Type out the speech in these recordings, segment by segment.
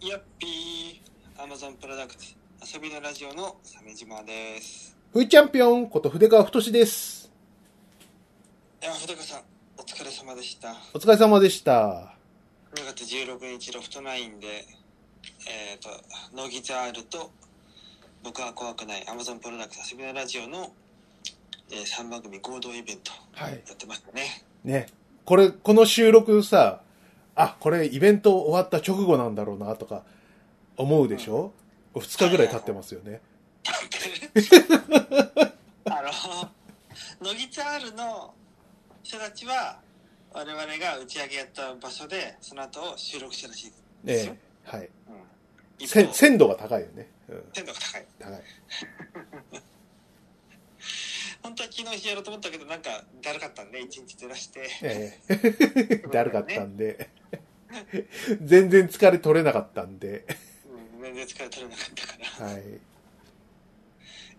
いやっぴー、アマゾンプロダクツ、遊びのラジオの鮫島です。ふいチャンピオンこと筆川太志です。いや、ふたかさん、お疲れ様でした。お疲れ様でした。 2月16日、ロフトナインで、えっ、と、ノギザールと、僕は怖くない、アマゾンプロダクツ、遊びのラジオの、え3番組合同イベント、はい。やってましたね。ね。これ、この収録さ、あ、これイベント終わった直後なんだろうなとか思うでしょ、二日ぐらい経ってますよね。あの、ノギザールの人たちは、我々が打ち上げやった場所で、その後を収録したらしいでえすよ。え。はい。うん一せ方鮮度が高いよね。うん。鮮度が高い。高い。本当は昨日やろうと思ったけどなんかだるかったんで一日ずらしてえ え。だるかったんで。 全然疲れ取れなかったんで。うん全然疲れ取れなかったからはい。い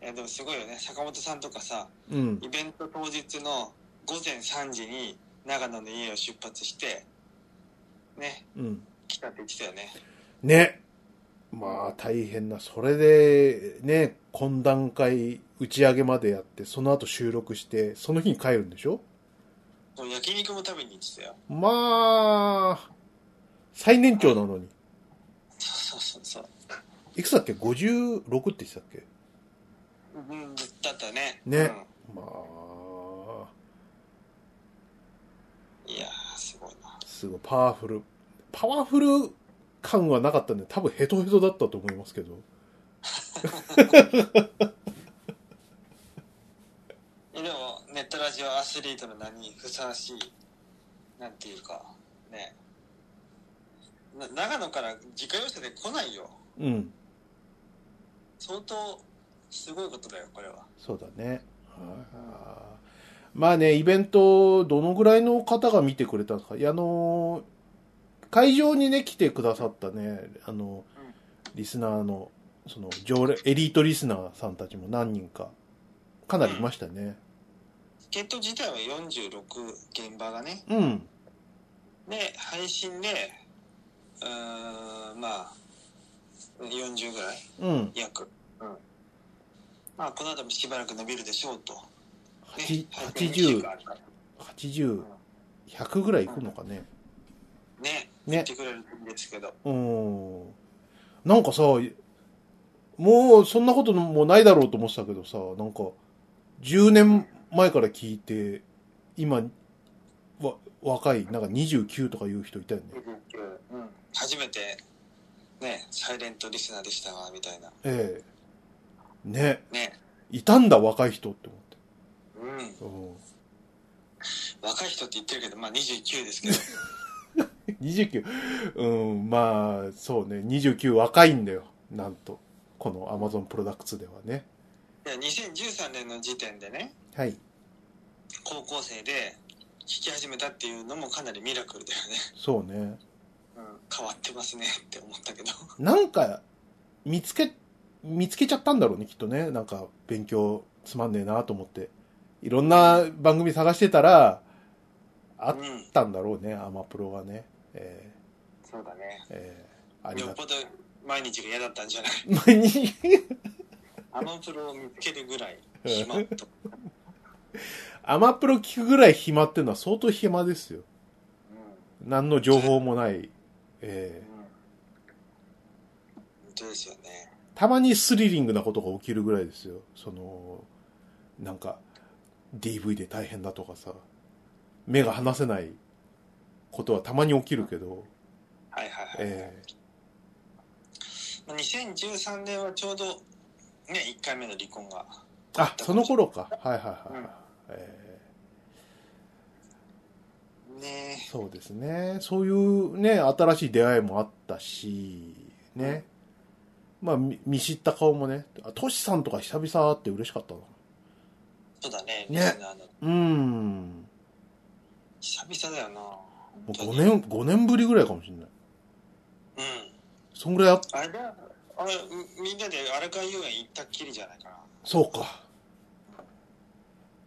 やでもすごいよね坂本さんとかさうん。イベント当日の午前3時に長野の家を出発してねうん。来たって言ってたよねね。まあ大変な。それで、ね、懇談会打ち上げまでやって、その後収録して、その日に帰るんでしょもう焼肉も食べに行ってたよまあ、最年長なのに。そうそうそうそういくつだっけ ?56 って言ってたっけうんだったねねうんまあ、いやーすごいなすごいパワフル。パワフル感はなかったんで、多分ヘトヘトだったと思いますけど。えでもネットラジオアスリートの名にふさわしいなんていうかねな長野から自家用車で来ないようん。相当すごいことだよこれはそうだね。まあね、イベント、どのぐらいの方が見てくれたんですかいや、あのー、会場にね、来てくださったね、あの、リスナーの、その、常連、エリートリスナーさんたちも何人か、かなりいましたね。チケット自体は46現場がねうん。で配信でうーんまあ40ぐらいうん。約、うん、まあこの後もしばらく伸びるでしょうと、ね八、配信の期間、80があるから80、100ぐらいいくのかね。ね言ねってくれるんですけどうん。なんかさ、もうそんなこともないだろうと思ってたけどさ、なんか、10年前から聞いて、今、わ、若い、なんか29とかいう人いたよね。うん初めてねサイレントリスナーでしたわみたいなええね、ねいたんだ若い人ってうん思っ若い人って言ってるけどまあ29です けどて。うん。29、うん、まあ、そうね、29若いんだよ。なんと。この Amazon プロダクツではね。いや2013年の時点でねはい。高校生で弾き始めたっていうのもかなりミラクルだよね、そうね。変わってますねって思ったけどなんか、見つけ、見つけちゃったんだろうね、きっとね。なんか、勉強つまんねえなと思って。いろんな番組探してたら、あうっんたんだろうね、アマプロがね。えそうだねーえーありよがっと。ぽど毎日が嫌だったんじゃないう前に、アマプロを見つけるぐらい暇と アマプロ聞くぐらい暇っていうのは相当暇ですよ。う何の情報もない。えんー本当ですよねたまにスリリングなことが起きるぐらいですよ。その、なんか、DV で大変だとかさ、目が離せないことはたまに起きるけど、はいはいはい、えまあ2013年はちょうどね1回目の離婚がーあ、その頃か。はいはいはいはい。うんえねーそうですね。そういうね、新しい出会いもあったし、ね。まあ、み見知った顔もね、あトシさんとか久々会って嬉しかったな。そうだねねみんなあのうーん。久々だよなも本う当5に年、5年ぶりぐらいかもしれない。うんそんぐらいあっあれだあれみみんなで荒川遊園行ったっきりじゃないかなそうか。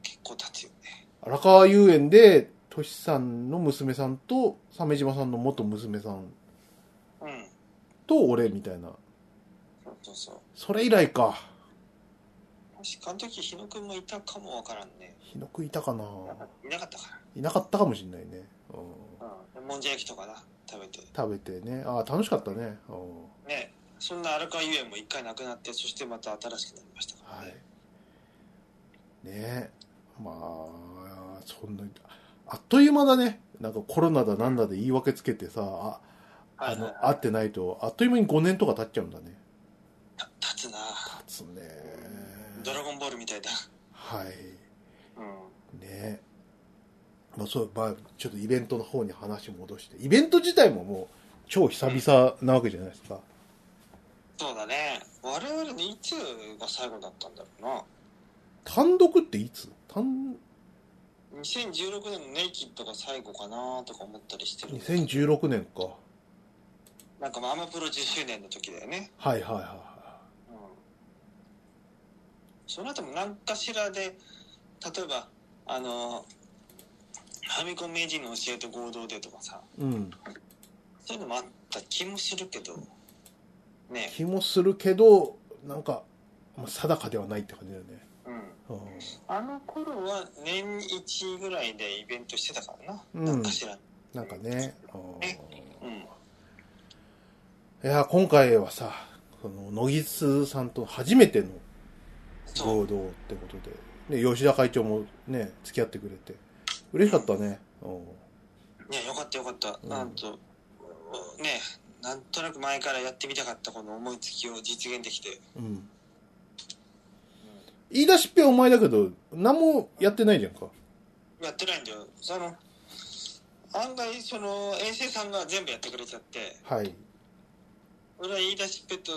結構経つよね荒川遊園で、としさんの娘さんと、鮫島さんの元娘さんうんと俺みたいな。そうそうそうそれ以来か。確かあの時日野くんもいたかもわからんね日野くんいたかないなかったかいなかったかもしんないね。うん、らうんもんじゃ焼きとかな食べて食べてね。ああ、楽しかったね。うん、ねそんな荒川遊園も一回なくなってそしてまた新しくなりましたからはね、い。ねまあ、そんな、あっという間だね。なんかコロナだなんだで言い訳つけてさ、あ、あの、会ってないと、あっという間に5年とか経っちゃうんだね。た立つな経つね。ドラゴンボールみたいだはい。うんねまあそう、まあ、ちょっとイベントの方に話戻して、イベント自体ももう超久々なわけじゃないですか。そうだね我々のいつが最後だったんだろ単独っていつ単、うな2016年のネイキッドが最後かなとか思ったりしてるんだけど2016年か。なんかまあアマプロ10周年の時だよねはいはいはいはうんその後も何かしらで例えばあのファミコン名人の教えと合同でとかさい。うん。そういうのもあった気もするけどね気もするけど、なんか、まあ、定かではないって感じだよね。うんうあの頃は年1ぐらいでイベントしてたからな、うんなんかしらん。なんかね。うんうんいや、今回はさ、その、野木津さんと初めてのそう合同ってことで、ね、吉田会長もね、付き合ってくれて、嬉しかったね。うん。ねよかったよかった、うんなんとねなんとなく前からやってみたかったこの思いつきを実現できて、うん。言い出しっぺはお前だけど、何もやってないじゃんか。やってないんだよその案外その衛星さんが全部やってくれちゃってはい。俺は言い出しっぺと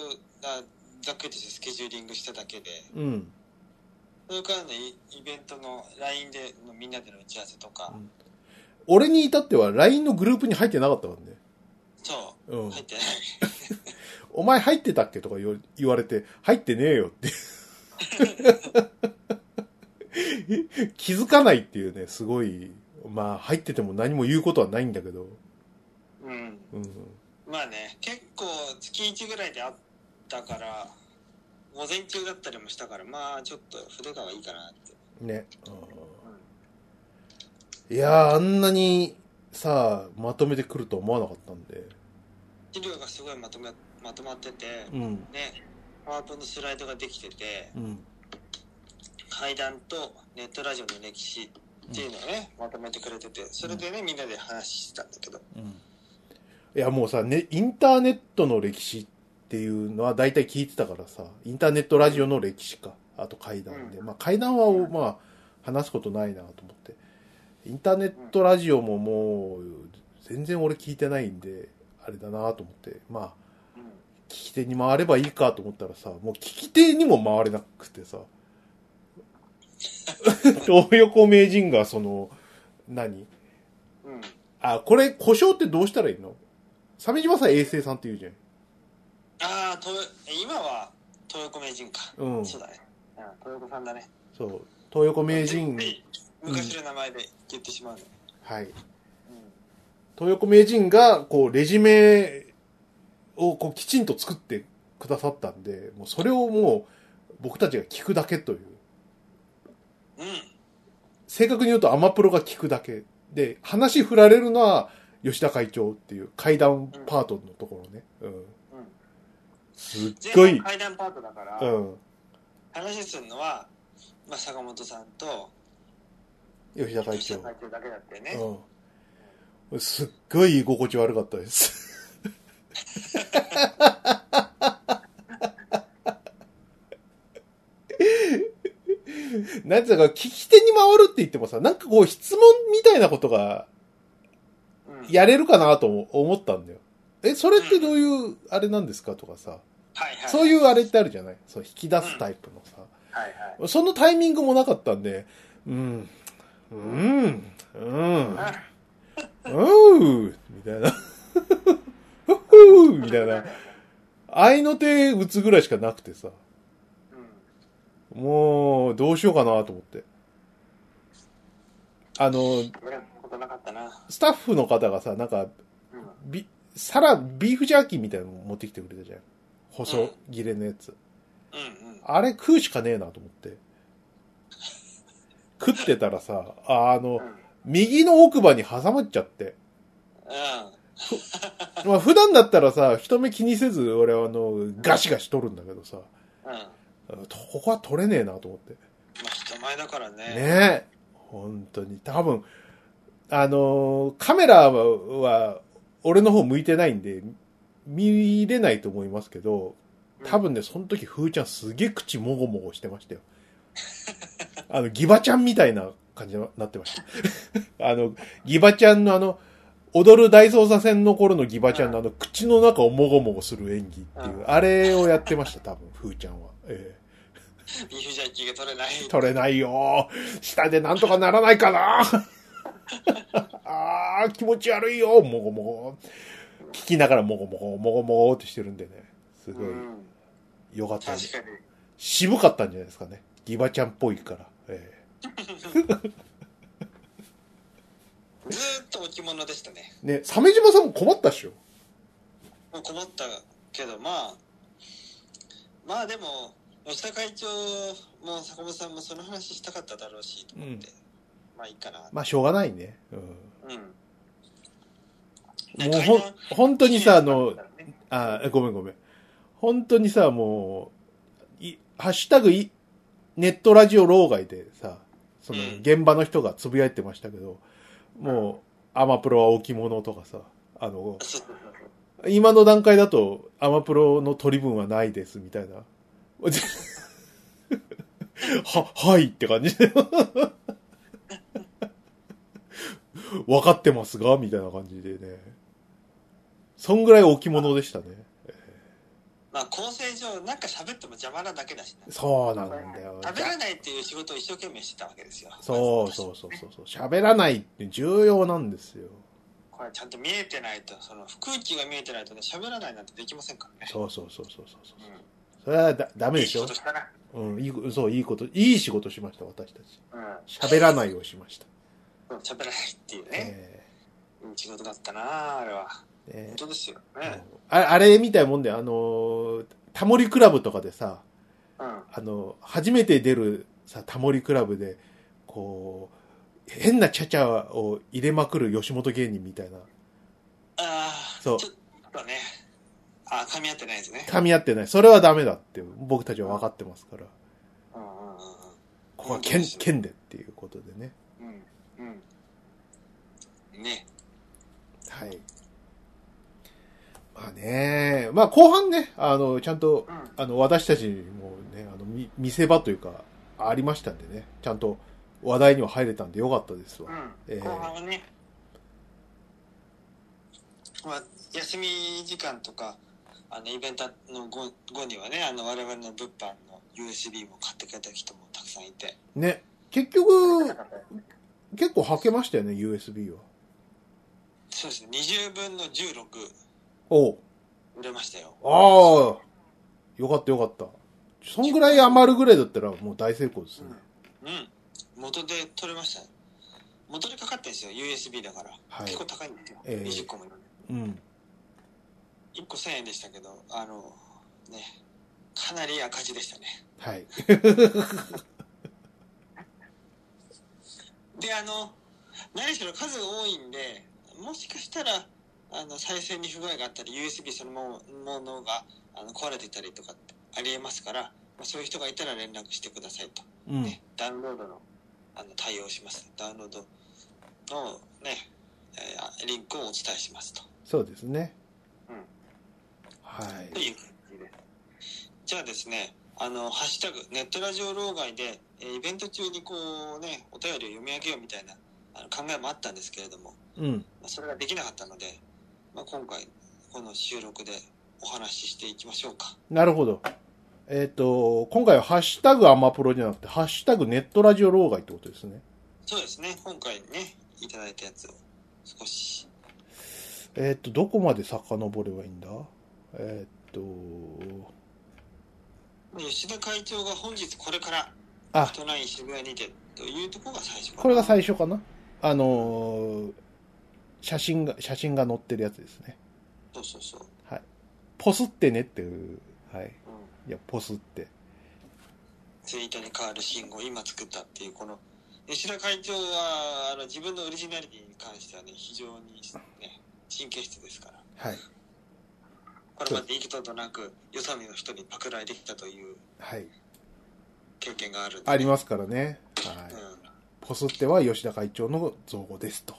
あざっくりとしてスケジューリングしただけでうん。それからねイイベントの LINE でのみんなでの打ち合わせとか、うん俺に至っては LINE のグループに入ってなかったからね。そううん入。ってないお前入ってたっけとか言わ言われて、入ってねえよって。 気づかないっていうね、すごい、まあ入ってても何も言うことはないんだけど。うんうん。まあね結構月1ぐらいであったから午前中だったりもしたからまあちょっと筆川いいかなってね。うんいやー、あんなにさ、まとめてくると思わなかったんで。資料がすごいまとめまとまっててうん。ねパワーポのスライドができててうん。階段とネットラジオの歴史っていうのをね、まとめてくれててそれでねみんなで話してたんだけどいやもうさ、ね、インターネットの歴史っていうのは大体聞いてたからさ、インターネットラジオの歴史か、あと階段で。うまあ階段は、うんまあ、話すことないなと思って。インターネットラジオももう、全然俺聞いてないんで、あれだなと思って。まあ、うん聞き手に回ればいいかと思ったらさ、もう聞き手にも回れなく てさ。東横名人がその、何うんあ、これ、故障ってどうしたらいいの鮫島さん衛星さんって言うじゃん。ああ今は豊子名人か、うんそうだね、うん、豊子さんだねそう。東横名人、つい昔の名前で言ってしまうね、はい。うん東横名人が、こう、レジュメを、こう、きちんと作ってくださったんで、もう、それをもう、僕たちが聞くだけという。うん正確に言うと、アマプロが聞くだけ。で、話振られるのは、吉田会長っていう、階段パートのところね。うん。うんすっご全い部、階段パートだから、うん。話するのは、まあ、坂本さんと吉田会吉長田。会長だけだったよね、うん。すっごい居心地悪かったです。 なんていうのか、聞き手に回るって言ってもさ、なんかこう質問みたいなことがうんやれるかなと思ったんだよ。え、それってどういうあれなんですかとかさ、はいはい、、そういううあれってあるじゃないそう、引き出すタイプのさ。はいはいそのタイミングもなかったんで、うん、うん、うん。あ うーみたいな。 ふっふーみたいな。愛の手打つぐらいしかなくてさ。うんもう、どうしようかなと思って。あの、俺はそんなことなかったな、スタッフの方がさ、なんか、うんび、さら、ビーフジャーキーみたいなの持ってきてくれたじゃん。細切れのやつ。うんうん。あれ食うしかねえなと思って。食ってたらさ、あの、うん。右の奥歯に挟まっちゃって。まあ普段だったらさ、人目気にせず俺はあの、ガシガシ取るんだけどさ、うん。うん。ここは取れねえなと思って。まあ、人前だからね。ねえ。本当に。多分、あのーカメラは、は俺の方向いてないんで、見れないと思いますけど、多分ね、その時、ふーちゃんすげえ口もごもごしてましたよ。 あの、ギバちゃんみたいな感じになってました。 あの、ギバちゃんのあの、踊る大捜査線の頃のギバちゃんのあの、口の中をもごもごする演技っていうう、あれをやってました、多分、ふーちゃんは。ええビーフジャーキーが取れない。取れないよ下でなんとかならないかな あー、気持ち悪いよもごもご。聞きながらもごもご、もごもごってしてるんでね。すごい、うん。よかったね確かに。渋かったんじゃないですかね。ギバちゃんっぽいから。えずーっと置物でしたね。えね、鮫島さんも困ったっしょ。もう困ったけど、まあ、まあでも、吉田会長も坂本さんもその話したかっただろうし、と思って。まあいいかな。まあ、しょうがないね。ううん。ん。もうほん、本当にさ、あの、ねあー、ごめんごめん。本当にさ、もう、い、ハッシュタグい、ネットラジオ老害でさ、そのうん現場の人がつぶやいてましたけど、もう、アマプロは置物とかさ、あの、そうそうそうそう今の段階だとアマプロの取り分はないですみたいな。 は、はいって感じで。 分かってますがみたいな感じでね。そんぐらい置物でしたね。まあ構成上、なんか喋っても邪魔なだけだしな。そうなんだよ。食べられないっていう仕事を一生懸命してたわけですよ。そうそうそうそうそう。喋らないって重要なんですよ。これちゃんと見えてないと、その空気が見えてないとね、喋らないなんてできませんからね。そうそうそうそうそうそうう。んそれはだダメいでいし仕ょ事。したな。うん、いいこ、そう、いいこと、いい仕事しました、私たち。うん。喋らないをしました。うん喋らないっていうね、ええうん仕事だったな、あれは。ね本当ですよね。ああれみたいなもんで、あのー、タモリクラブとかでさ、うん。あの、初めて出るさ、タモリクラブで、こう、変なチャチャを入れまくる吉本芸人みたいな、ああ、そうちょっとね、ああ、噛み合ってないですね。噛み合ってない。それはダメだって、僕たちは分かってますから、うんうんうんここは剣、剣でっていうことでね。うん。うん。うん。ね。はい。まあね、まあ後半ね、あの、ちゃんと、うん。あの、私たちもね、あの、み見せ場というか、ありましたんでね、ちゃんと話題には入れたんでよかったですわ。うえん、ー後半はね、まあ、休み時間とかあのイベントの後後にはねあの我々の物販の USB も買ってくれた人もたくさんいてね、結局、結構履けましたよね、USB は。そうですね20分の16おう売れましたよああ、よかったよかった。そんぐらい余るぐらいだったらもう大成功ですね。うん元で取れました元でかかってんですよ USB だから、はい結構高いんですよ、ええ20個もうん。 1個1000円でしたけどあのねかなり赤字でしたねはい。であの何しろ数が多いんでもしかしたらあの再生に不具合があったり USB そのもものがあの壊れてたりとかってありえますから、まあ、そういう人がいたら連絡してくださいと、うん。ねダウンロードのあの対応しますダウンロードのね、えーあリンクをお伝えしますとそうですね。うんはとい。いう感じでじゃあですねあの「ハッシュタグネットラジオ老害で」えーイベント中にこうねお便りを読み上げようみたいなあの考えもあったんですけれどもうん。まあ、それができなかったので、まあ、今回この収録でお話ししていきましょうかなるほど。えっ、と、今回はハッシュタグアマプロじゃなくて、ハッシュタグネットラジオ老害ってことですね。そうですね今回ねいただいたやつを少しえっ、と、どこまで遡ればいいんだえっ、と、吉田会長が本日これからあフ、トナイン渋谷にてというところが最初かなこれが最初かなあのー写真が、写真が載ってるやつですね。そうそうそう。ポスってねっていう。はい。うんいや、ポスって。ツイートに変わる信号を今作ったっていうこの吉田会長はあの自分のオリジナリティに関してはね非常にね神経質ですからはい。これまで幾度となく予算の人にパクられてきたというはい。経験があるんでありますからね。はうい。んポスっては吉田会長の造語ですと。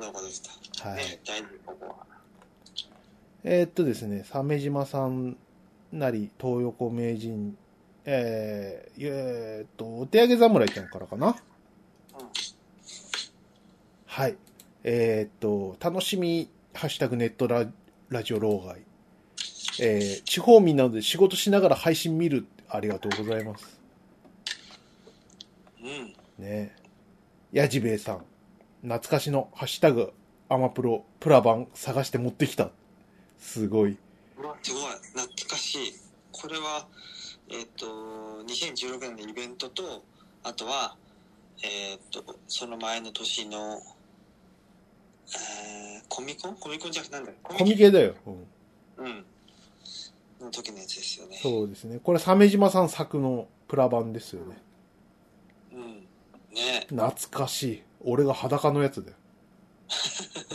どうもでした、はい。ね大事ここはえーっとですね、鮫島さんなり、東横名人、えー、えーっと、お手上げ侍ちゃんからかな。うんはい。えーっと、楽しみ、ハッシュタグネットララジオ老害。えー、地方民なので仕事しながら配信見る。ありがとうございます。うんねえ。やじべえさん。懐かしのハッシュタグ、アマプロ、プラ版探して持ってきた。すごい。すごい懐かしいこれはえっ、と2016年のイベントとあとはえっ、とその前の年の、えーコミコンコミコンじゃなくてなんだココミケだよ。うんうんの時のやつですよねそうですね。これ、鮫島さん作のプラ版ですよね。うんね懐かしい。俺が裸のやつだよ。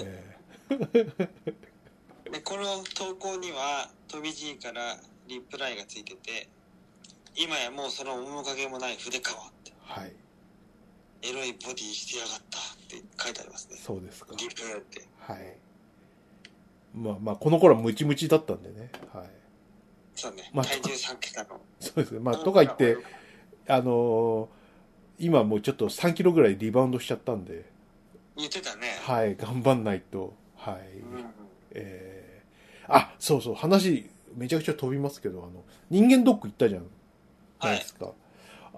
えでこの投稿には飛び G からリプライがついてて今やもうその面影もない筆川ってーはい。エロいボディしてやがったって書いてありますねそうですか。リプライってはい。まあまあ、この頃はムチムチだったんでね。はい。そうね、まあ体重3桁のそうですね。まあ、とか言って、あのー今もうちょっと3キロぐらいリバウンドしちゃったんで、言ってたね、はい、頑張んないと。はい。うんえー、あ、そうそう、話、めちゃくちゃ飛びますけど、あの、人間ドック行ったじゃん。はないいで、すか。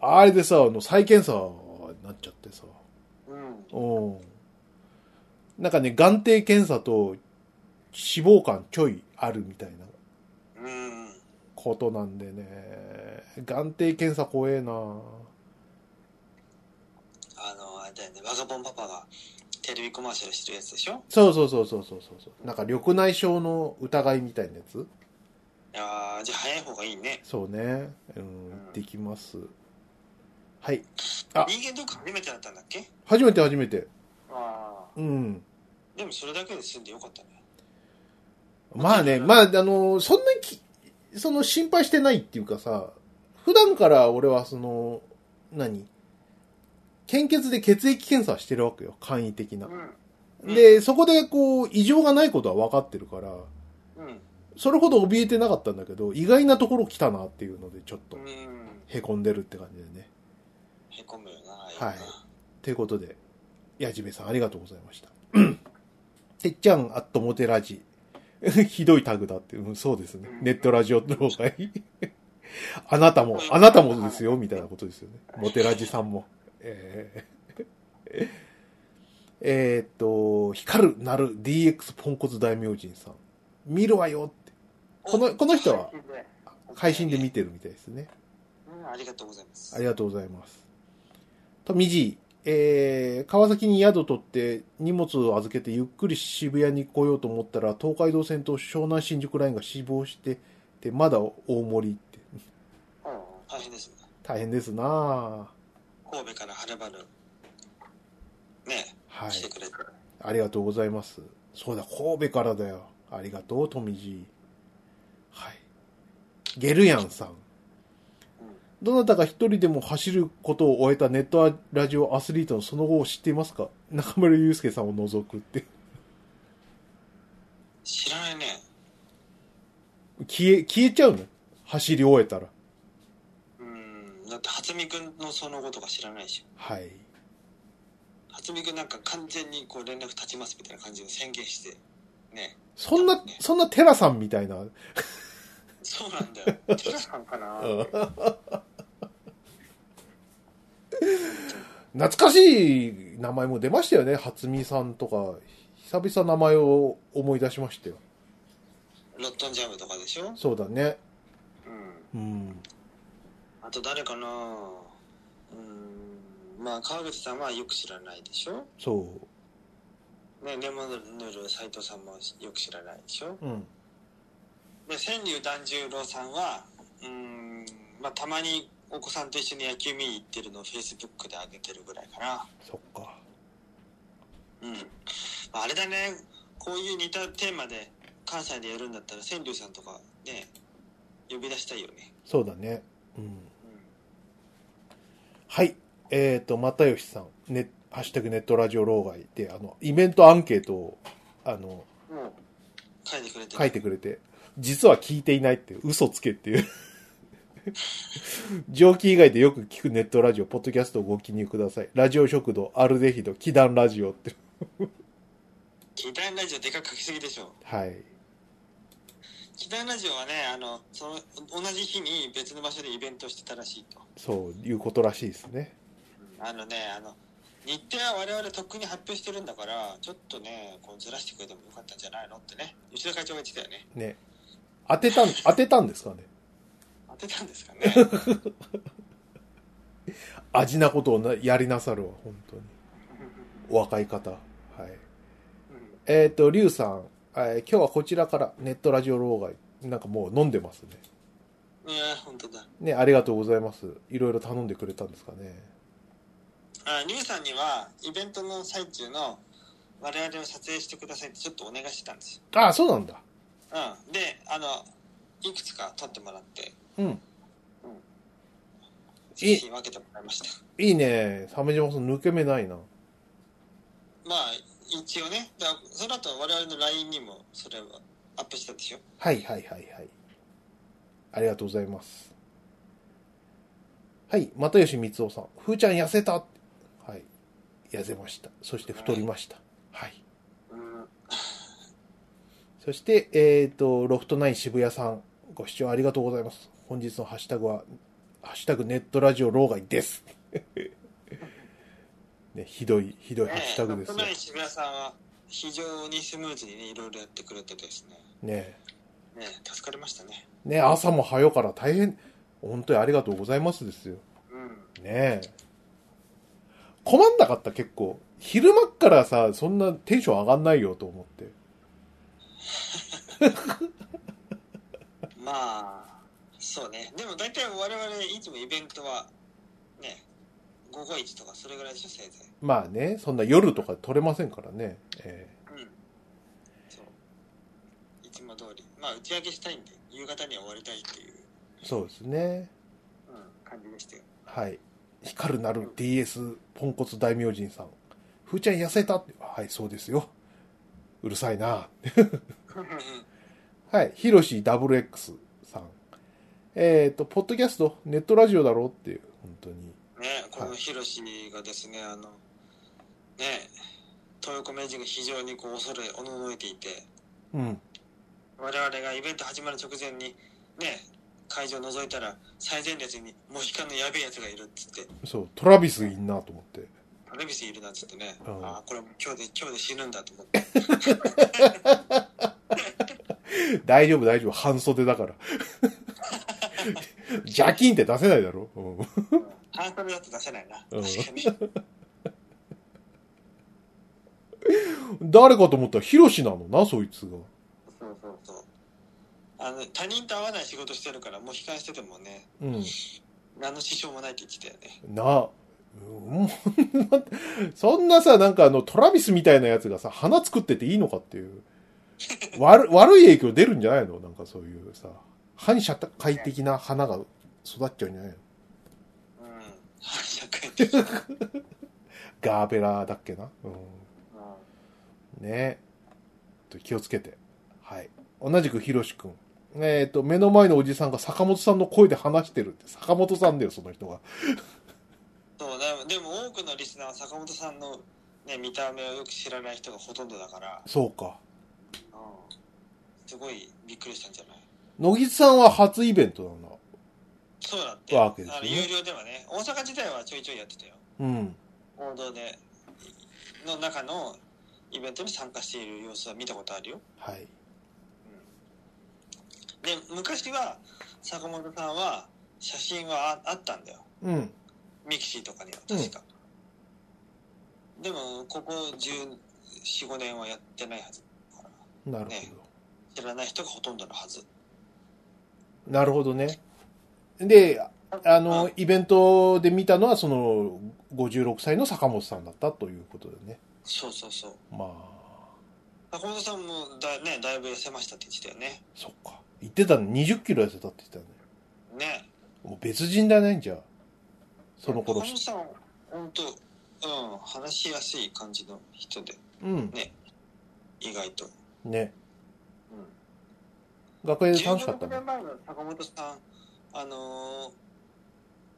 あれでさ、あの、再検査になっちゃってさ。うん、うん。なんかね、眼底検査と脂肪肝ちょいあるみたいなうん、ことなんでね。眼底検査怖えなあのあれだよねワガボンパパがテレビコマーシャルしてるやつでしょそうそうそうそうそうそうそう。なんか緑内障の疑いみたいなやついやーじゃあ早い方がいいねそうね。うん、できます。はい。あ人間ドック初めてだったんだっけ初めて初めて。ああうん。でもそれだけで済んでよかったねまあね、まあ、あの、そんなにき、その心配してないっていうかさ、普段から俺はその、何献血で血液検査はしてるわけよ、簡易的な。んで、そこでこう、異常がないことは分かってるから、うんうんそれほど怯えてなかったんだけど、意外なところ来たなっていうので、ちょっと、うん凹んでるって感じでね。へこむよなは今いということで、矢じべさんありがとうございました。 てっちゃん、あっともてラジ。 ひどいタグだって、うん、そうですね。ネットラジオの方がいい。 あなたも、あなたもですよ、みたいなことですよね。モテラジさんも。えー えーっと、光るなる DX ポンコツ大名人さん。見るわよって。このこの人は配信で見てるみたいですね。うんありがとうございますありがとうございます。と、みじい、えー、川崎に宿取って荷物を預けてゆっくり渋谷に来ようと思ったら、東海道線と湘南新宿ラインが死亡してて、まだ大盛りって。うん大変ですね大変ですなぁ神戸からはるばるねは来てい。くれてありがとうございます。そうだ、神戸からだよ。ありがとう、とみじい。はい。ゲルヤンさん。どなたか一人でも走ることを終えたネットラジオアスリートのその後を知っていますか中村祐介さんを除くって。知らないね消え、消えちゃうの走り終えたら。うんだって初見くんのその後とか知らないでしょはい。初見くんなんか完全にこう連絡立ちますみたいな感じで宣言してねそんな、そんなテラさんみたいな。うんそうなんだよテラさんかな懐かしい名前も出ましたよね。初見さんとか。久々名前を思い出しましたよ。ロットンジャムとかでしょそうだね。うんうん。あと誰かなうんまあ川口さんはよく知らないでしょそねレモンヌル斎藤さんもよく知らないでしょう。うん。で川柳團十郎さんはうーん、まあ、たまにお子さんと一緒に野球見に行ってるのをフェイスブックで上げてるぐらいかな、そっかうんまあ、あれだねこういう似たテーマで関西でやるんだったら川柳さんとかね呼び出したいよね、そうだねうんうんはいえっ、ー、と又吉さん「ね、ハッシュタグネットラジオ老害」であのイベントアンケートをあのもう書いてくれてる書いてくれて実は聞いていないっていう嘘つけっていう 上記以外でよく聞くネットラジオポッドキャストをご記入くださいラジオ食堂アルデヒド祈願ラジオって祈願ラジオでかく書きすぎでしょはい祈願ラジオはねあのその同じ日に別の場所でイベントしてたらしいと、そういうことらしいですねあのねあの日程は我々とっくに発表してるんだからちょっとねこうずらしてくれてもよかったんじゃないのってね吉田会長が言ってたよねね当てたん当てたんですかね当てたんですか ねうん味なことをなやりなさるわ本当にお若い方はいえっ、ー、とリュウさん、えー今日はこちらからネットラジオ老害なんかもう飲んでますねいや本当だねありがとうございますいろいろ頼んでくれたんですかねあリュウさんにはイベントの最中の我々を撮影してくださいってちょっとお願いしてたんですよ、あそうなんだうん、であのいくつか撮ってもらってうん写真分けてもらいましたいいね。鮫島さん抜け目ないな。まあ一応ねだからその後我々の LINE にもそれはアップしたでしょはいはいはいはい。ありがとうございます。はい。又吉光雄さん。ふーちゃん痩せた。はい。痩せました。そして太りました。はい。うんそして、えっ、と、ロフトナイン渋谷さん。ご視聴ありがとうございます。本日のハッシュタグは、ハッシュタグネットラジオ老害です。 ね、ひどい、ひどいハッシュタグですよ国内渋谷さんは非常にスムーズにねいろいろやってくれてですねねね助かりましたねね朝も早うから大変、本当にありがとうございますですよ。うんねえ。困んなかった、結構。昼間っからさ、そんなテンション上がんないよと思って。まあそうねでも大体我々いつもイベントはね午後1とかそれぐらいでしょせいぜまあね、そんな夜とか撮れませんからね。えいうんそういつも通りまあ打ち上げしたいんで夕方には終わりたいっていう、えそうですね。うん、感じでしたよはい。光るなる DS ポンコツ大名人さん。ふーちゃん痩せたって。はい、そうですよ。うるさいな。はい。ヒロシ WX さん。えっ、と、ポッドキャスト、ネットラジオだろうっていう。本当に。ねこのヒロシがですねあのね豊子名人が非常にこう恐れおののいていてうん。我々がイベント始まる直前にね会場を覗いたら最前列にモヒカンのやべえやつがいるっつってそう、トラビスいんなと思って。トレビスいるなっつってね、うんああこれ今日で今日で死ぬんだと思っ て大丈夫大丈夫、半袖だから。 ジャキンって出せないだろ、うん半袖だと出せないなうん確かに、誰かと思ったらヒロシなのな、そいつそが。うそうそうあの他人と会わない仕事してるからモヒカンしててもねうん。何の支障もないって言ってたよねな、うん、そん なさ、なんかあの、トラビスみたいなやつがさ、花作ってていいのかっていう。悪悪い影響出るんじゃないのなんかそういうさ、反社会的な花が育っちゃうんじゃないのうん反社会的なガーベラだっけな。うんうんねえ。気をつけて。はい。同じくひろしくん。えっ、と、目の前のおじさんが坂本さんの声で話してるって。坂本さんだよ、その人が。そうでもでも多くのリスナーは坂本さんの、ね、見た目をよく知らない人がほとんどだから、そうか。すごいびっくりしたんじゃない野木さんは初イベントなんだ。そうだってわけですねあの有料ではね大阪自体はちょいちょいやってたようん。王道での中のイベントに参加している様子は見たことあるよはい。で昔は坂本さんは写真はああったんだようん。ミキシーとかにはうん確か、でもここ1415年はやってないはずなるほど。ね知らない人がほとんどのはずなるほどね。で、あの、イベントで見たのは、その、56歳の坂本さんだったということでね。そうそうそうまあ、坂本さんもだ,、ね、だいぶ痩せましたって言ってたよねそっか。言ってたね。20キロ痩せたって言ってたね。ねもう別人だね、じゃあ。その坂頃本。さん本当うん話しやすい感じの人でうん。意外と、ね。うん、学園で楽しかった16ね年。前の坂本さんあの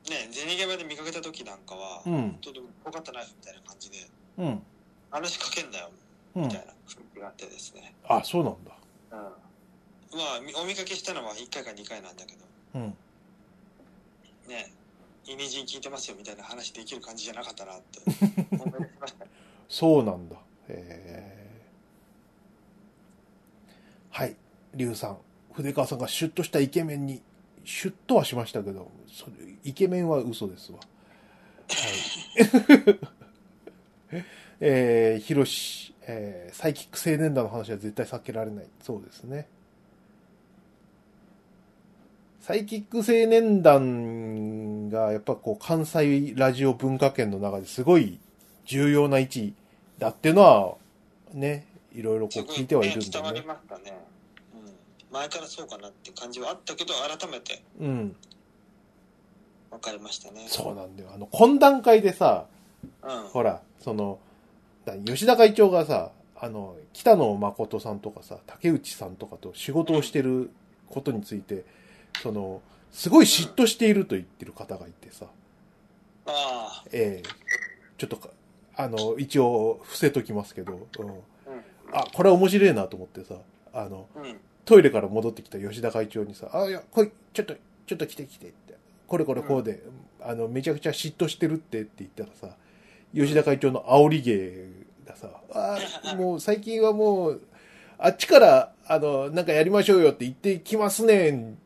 ーねゼニゲバで見かけた時なんかは、う本ん。当によかったなみたいな感じでうん。話しかけんだようみんた。いな雰囲気があってですね、あ、そうなんだ。うんまあみお見かけしたのは1回か2回なんだけどうん。ねイミジン聞いてますよみたいな話できる感じじゃなかったなって 思いましたそうなんだ。へえ。はい。竜さん。筆川さんがシュッとしたイケメンに、シュッとはしましたけど、それイケメンは嘘ですわ。はい。 えー、ヒロシ、えーサイキック青年団の話は絶対避けられない。そうですね。サイキック青年団が、やっぱこう、関西ラジオ文化圏の中ですごい重要な位置だっていうのは、ね、いろいろこう聞いてはいるんすだごよいねね伝。わりましたね、うん、前からそうかなって感じはあったけど改めてうん。分かりましたねそうなんだよ。あの、懇談会でさ、うんほら、その、な吉田会長がさ、あの、北野誠さんとかさ、竹内さんとかと仕事をしてることについて、その、すごい嫉妬していると言ってる方がいてさ、あええちょっとか、あの、一応、伏せときますけど、うん、ああ、これ面白いなと思ってさ、あの、うんうんトイレから戻ってきた吉田会長にさ、あ、いや、こい、ちょっと、ちょっと来て来てって、これこれこうで、あの、めちゃくちゃ嫉妬してるってって言ったらさ、吉田会長の煽り芸がさ、あ ー、もう最近はもう、あっちから、あの、なんかやりましょうよって言ってきますねん、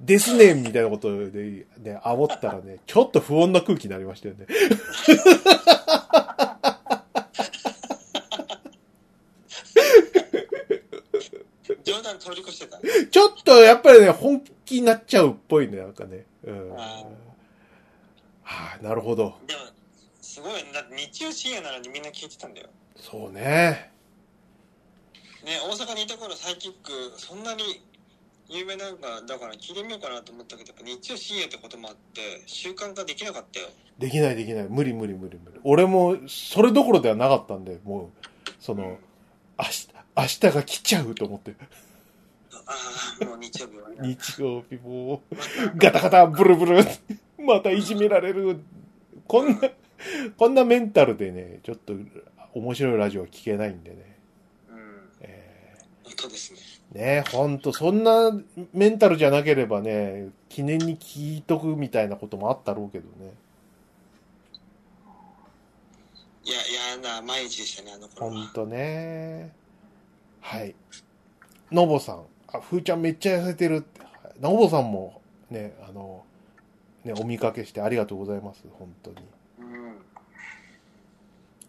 ですねん、みたいなことで、ね、煽ったらね、 ちょっと不穏な空気になりましたよね。冗談通り越してたちょっとやっぱりね、本気になっちゃうっぽいね、なんかね。うん。あーはあ、なるほど。でもすごいだって日曜深夜なのにみんな聞いてたんだよそうね。ね大阪にいた頃サイキックそんなに有名なんかだから聞いてみようかなと思ったけどやっぱ日曜深夜ってこともあって習慣化できなかったよできないできない。無理無理無理無理。俺も、それどころではなかったんで、もう、その、明日、明日が来ちゃうと思って、ああもう日曜日 はね日曜日もう、ガタガタ、ブルブル、またいじめられる。こんな、こんなメンタルでね、ちょっと、面白いラジオは聞けないんでね。うんえ本当ですねーねほんと、そんなメンタルじゃなければね、記念に聞いとくみたいなこともあったろうけどね。いや嫌な毎日でしたねあの頃ほはんとね。はい。のぼさん。あ、ふーちゃんめっちゃ痩せてるって。のぼさんもね、あの、ね、お見かけしてありがとうございます。本当に。うん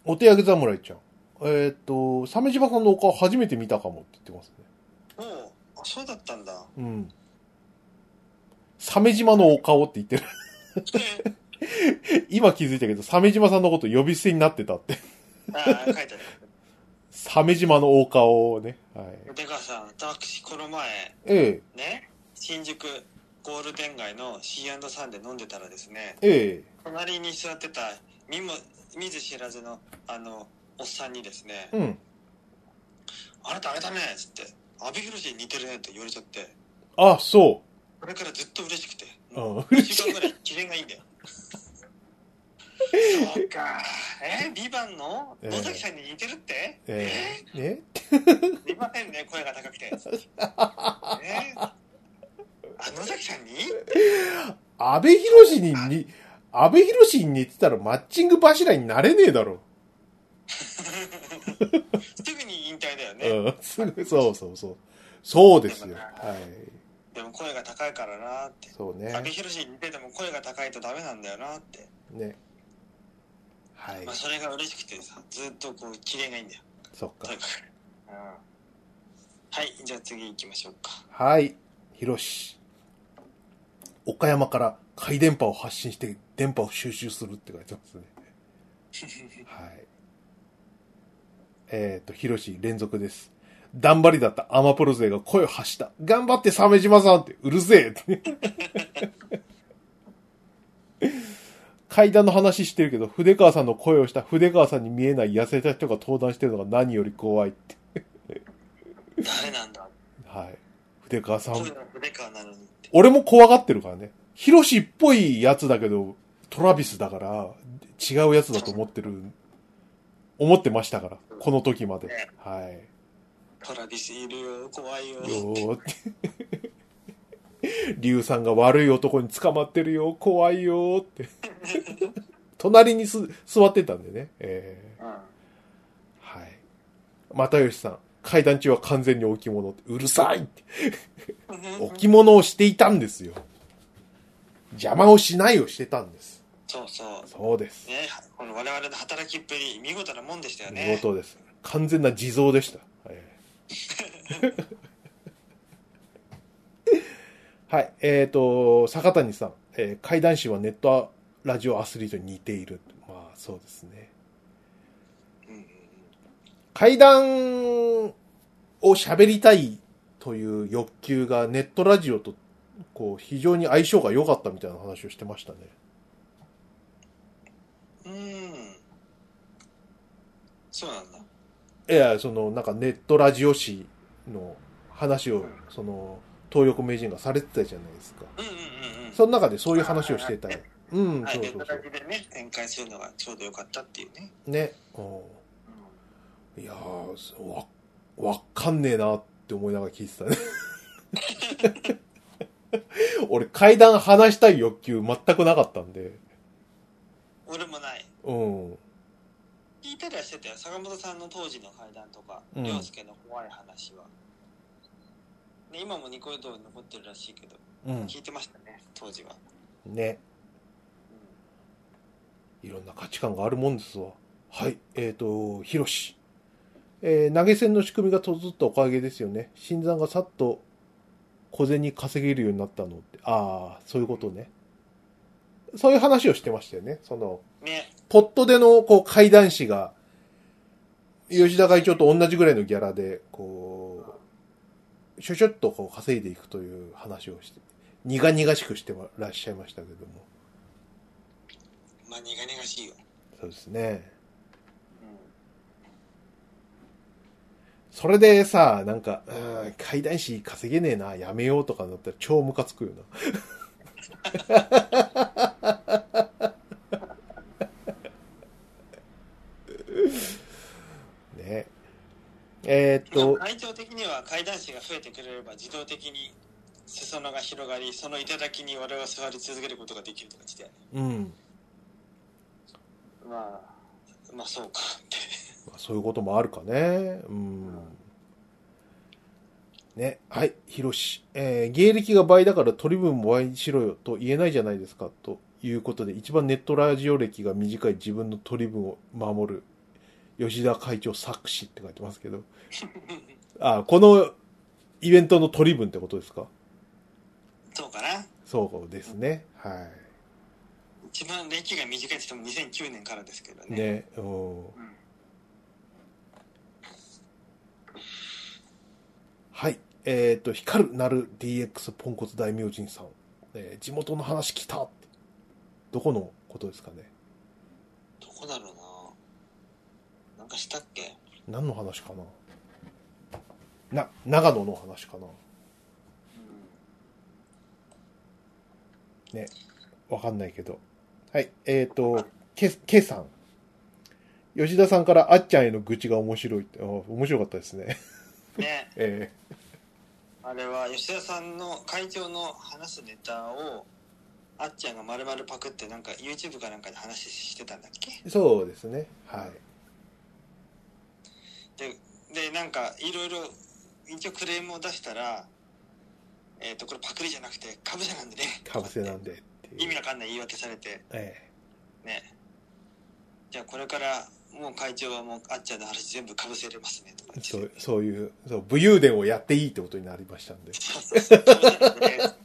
お手上げ侍ちゃん。えーっ、と、鮫島さんのお顔初めて見たかもって言ってますね。もうあそうだったん だうん。鮫島のお顔って言ってる。今気づいたけど、鮫島さんのこと呼び捨てになってたって。ああ書いてある鮫島のお顔をね。はい。でかさん私この前えね新宿ゴールデン街の C&3 で飲んでたらですねえ、え隣に座ってた見も見ず知らずのあのおっさんにですねえ、うん。 「あなたあれだね」っつって「阿部寛に似てるね」って言われちゃってあ、そこれからずっと嬉しくてう。うん。 1週間ぐらい機嫌がいいんだよそうかえビバンのええ野崎さんに似てるってええねえすいませんね声が高く てえあ野崎さんに安倍博士にに、安倍博士に似てたらマッチング柱になれねえだろ。すぐに引退だよね、うん。すごい、そうそうそう。そうですよ。はい。でも声が高いからなってそうね阿。部寛に似てても声が高いとダメなんだよなって、ね。はいまあ、。それが嬉しくてさずっとこう機嫌がいいんだよそっかと。にかくうんはいじゃあ次行きましょうかはい。広し。岡山から回電波を発信して電波を収集するって書いてますね。はい。えっ、と、広し連続です。頑張りだったアマプロ勢が声を発した。頑張って鮫島さんって、うるせえって。階段の話してるけど、筆川さんの声をした筆川さんに見えない痩せた人が登壇してるのが何より怖いって。誰なんだはい。筆川さん声。の筆川なのにって俺も怖がってるからね。ヒロシっぽいやつだけど、トラビスだから、違うやつだと思ってる、思ってましたから、この時まで。はい。トラビスいるよ怖いよよーって。リュウさんが悪い男に捕まってるよ、怖いよーって。隣にす座ってたんでね。えうんー、はい。又吉さん、階段中は完全に置物って、うるさいって。置物をしていたんですよ。邪魔をしないをしてたんです。そうそうそうです。ね、この我々の働きっぷり、見事なもんでしたよ見ね。事です。完全な地蔵でした。はい。はい、えっ、と、坂谷さん、えー、怪談師はネットラジオアスリートに似ている。まあ、そうですね。うんうんうん怪談を喋りたいという欲求がネットラジオと、こう、非常に相性が良かったみたいな話をしてましたね。うーん。そうなんだ。いや、その、なんかネットラジオ誌の話を、その、東横名人がされてたじゃないですか。うんうんうんうん。その中でそういう話をしてたよ。うん、はそい、うネそットうラジでね、展開するのがちょうどよかったっていうね。そう。ね。うん、いやーそうわ、わかんねえなって思いながら聞いてたね。 俺、階段話したい欲求全くなかったんで。俺もない。うん。聞いたりはしてたよ。坂本さんの当時の会談とか、うん凌介の怖い話は。ね、今もニコイ動に残ってるらしいけど、うん。聞いてましたね、当時は。ね。いろんな価値観があるもんですわ。はい。えっ、と、ヒロシ。えー投げ銭の仕組みが整ったおかげですよね。新参がさっと小銭稼げるようになったのって。ああ、そういうことね。そういう話をしてましたよね。その、うんね、ポットでの、こう、怪談師が、吉田会長と同じぐらいのギャラで、こう、しょしょっとこう稼いでいくという話をして、苦々しくしてらっしゃいましたけども。まあ苦々しいよ。そうですね。うそれでさ、なんか、うん怪談師稼げねえな、やめようとかなったら超ムカつくよな。 ねえ。えーん。っとまあ、会長的には怪談師が増えてくれれば自動的に裾野が広がり、その頂に我々は座り続けることができるとか言ってたよね。うん。まあ、まあそうかって。まあそういうこともあるかね。うん。ね。はい。ヒロシ。えー芸歴が倍だから取り分も倍にしろよと言えないじゃないですか。ということで、一番ネットラジオ歴が短い自分の取り分を守る吉田会長作詞って書いてますけど。あ、このイベントの取り分ってことですかそうかな。そうですね。は一番歴が短いって言っても2009年からですけどい。ね。ね。うん。うんはい。えっ、と、光るなる DX ポンコツ大名人さん。えー地元の話来たってどこのことですかねどこだろうな。なんかしたっけ何の話かなな、長野の話かなわかんないけど。はい。えっ、と、け、けさん。吉田さんからあっちゃんへの愚痴が面白いって、あ面白かったですね。 ね、えあれは吉田さんの会長の話すネタをあっちゃんが丸々パクってなんか YouTube かなんかで話してたんだっけーそうですね。はい。ででなんかいろいろ一応クレームを出したら「えっとこれパクリじゃなくてかぶせなんでね」かぶせなんでっていう。意味わかんない言い訳されてえねじゃあこれからもう会長はもうあっちゃんの話全部かぶせれますねとか言ってそうそういうそう武勇伝をやっていいってことになりましたんでそうそうそうそうだよね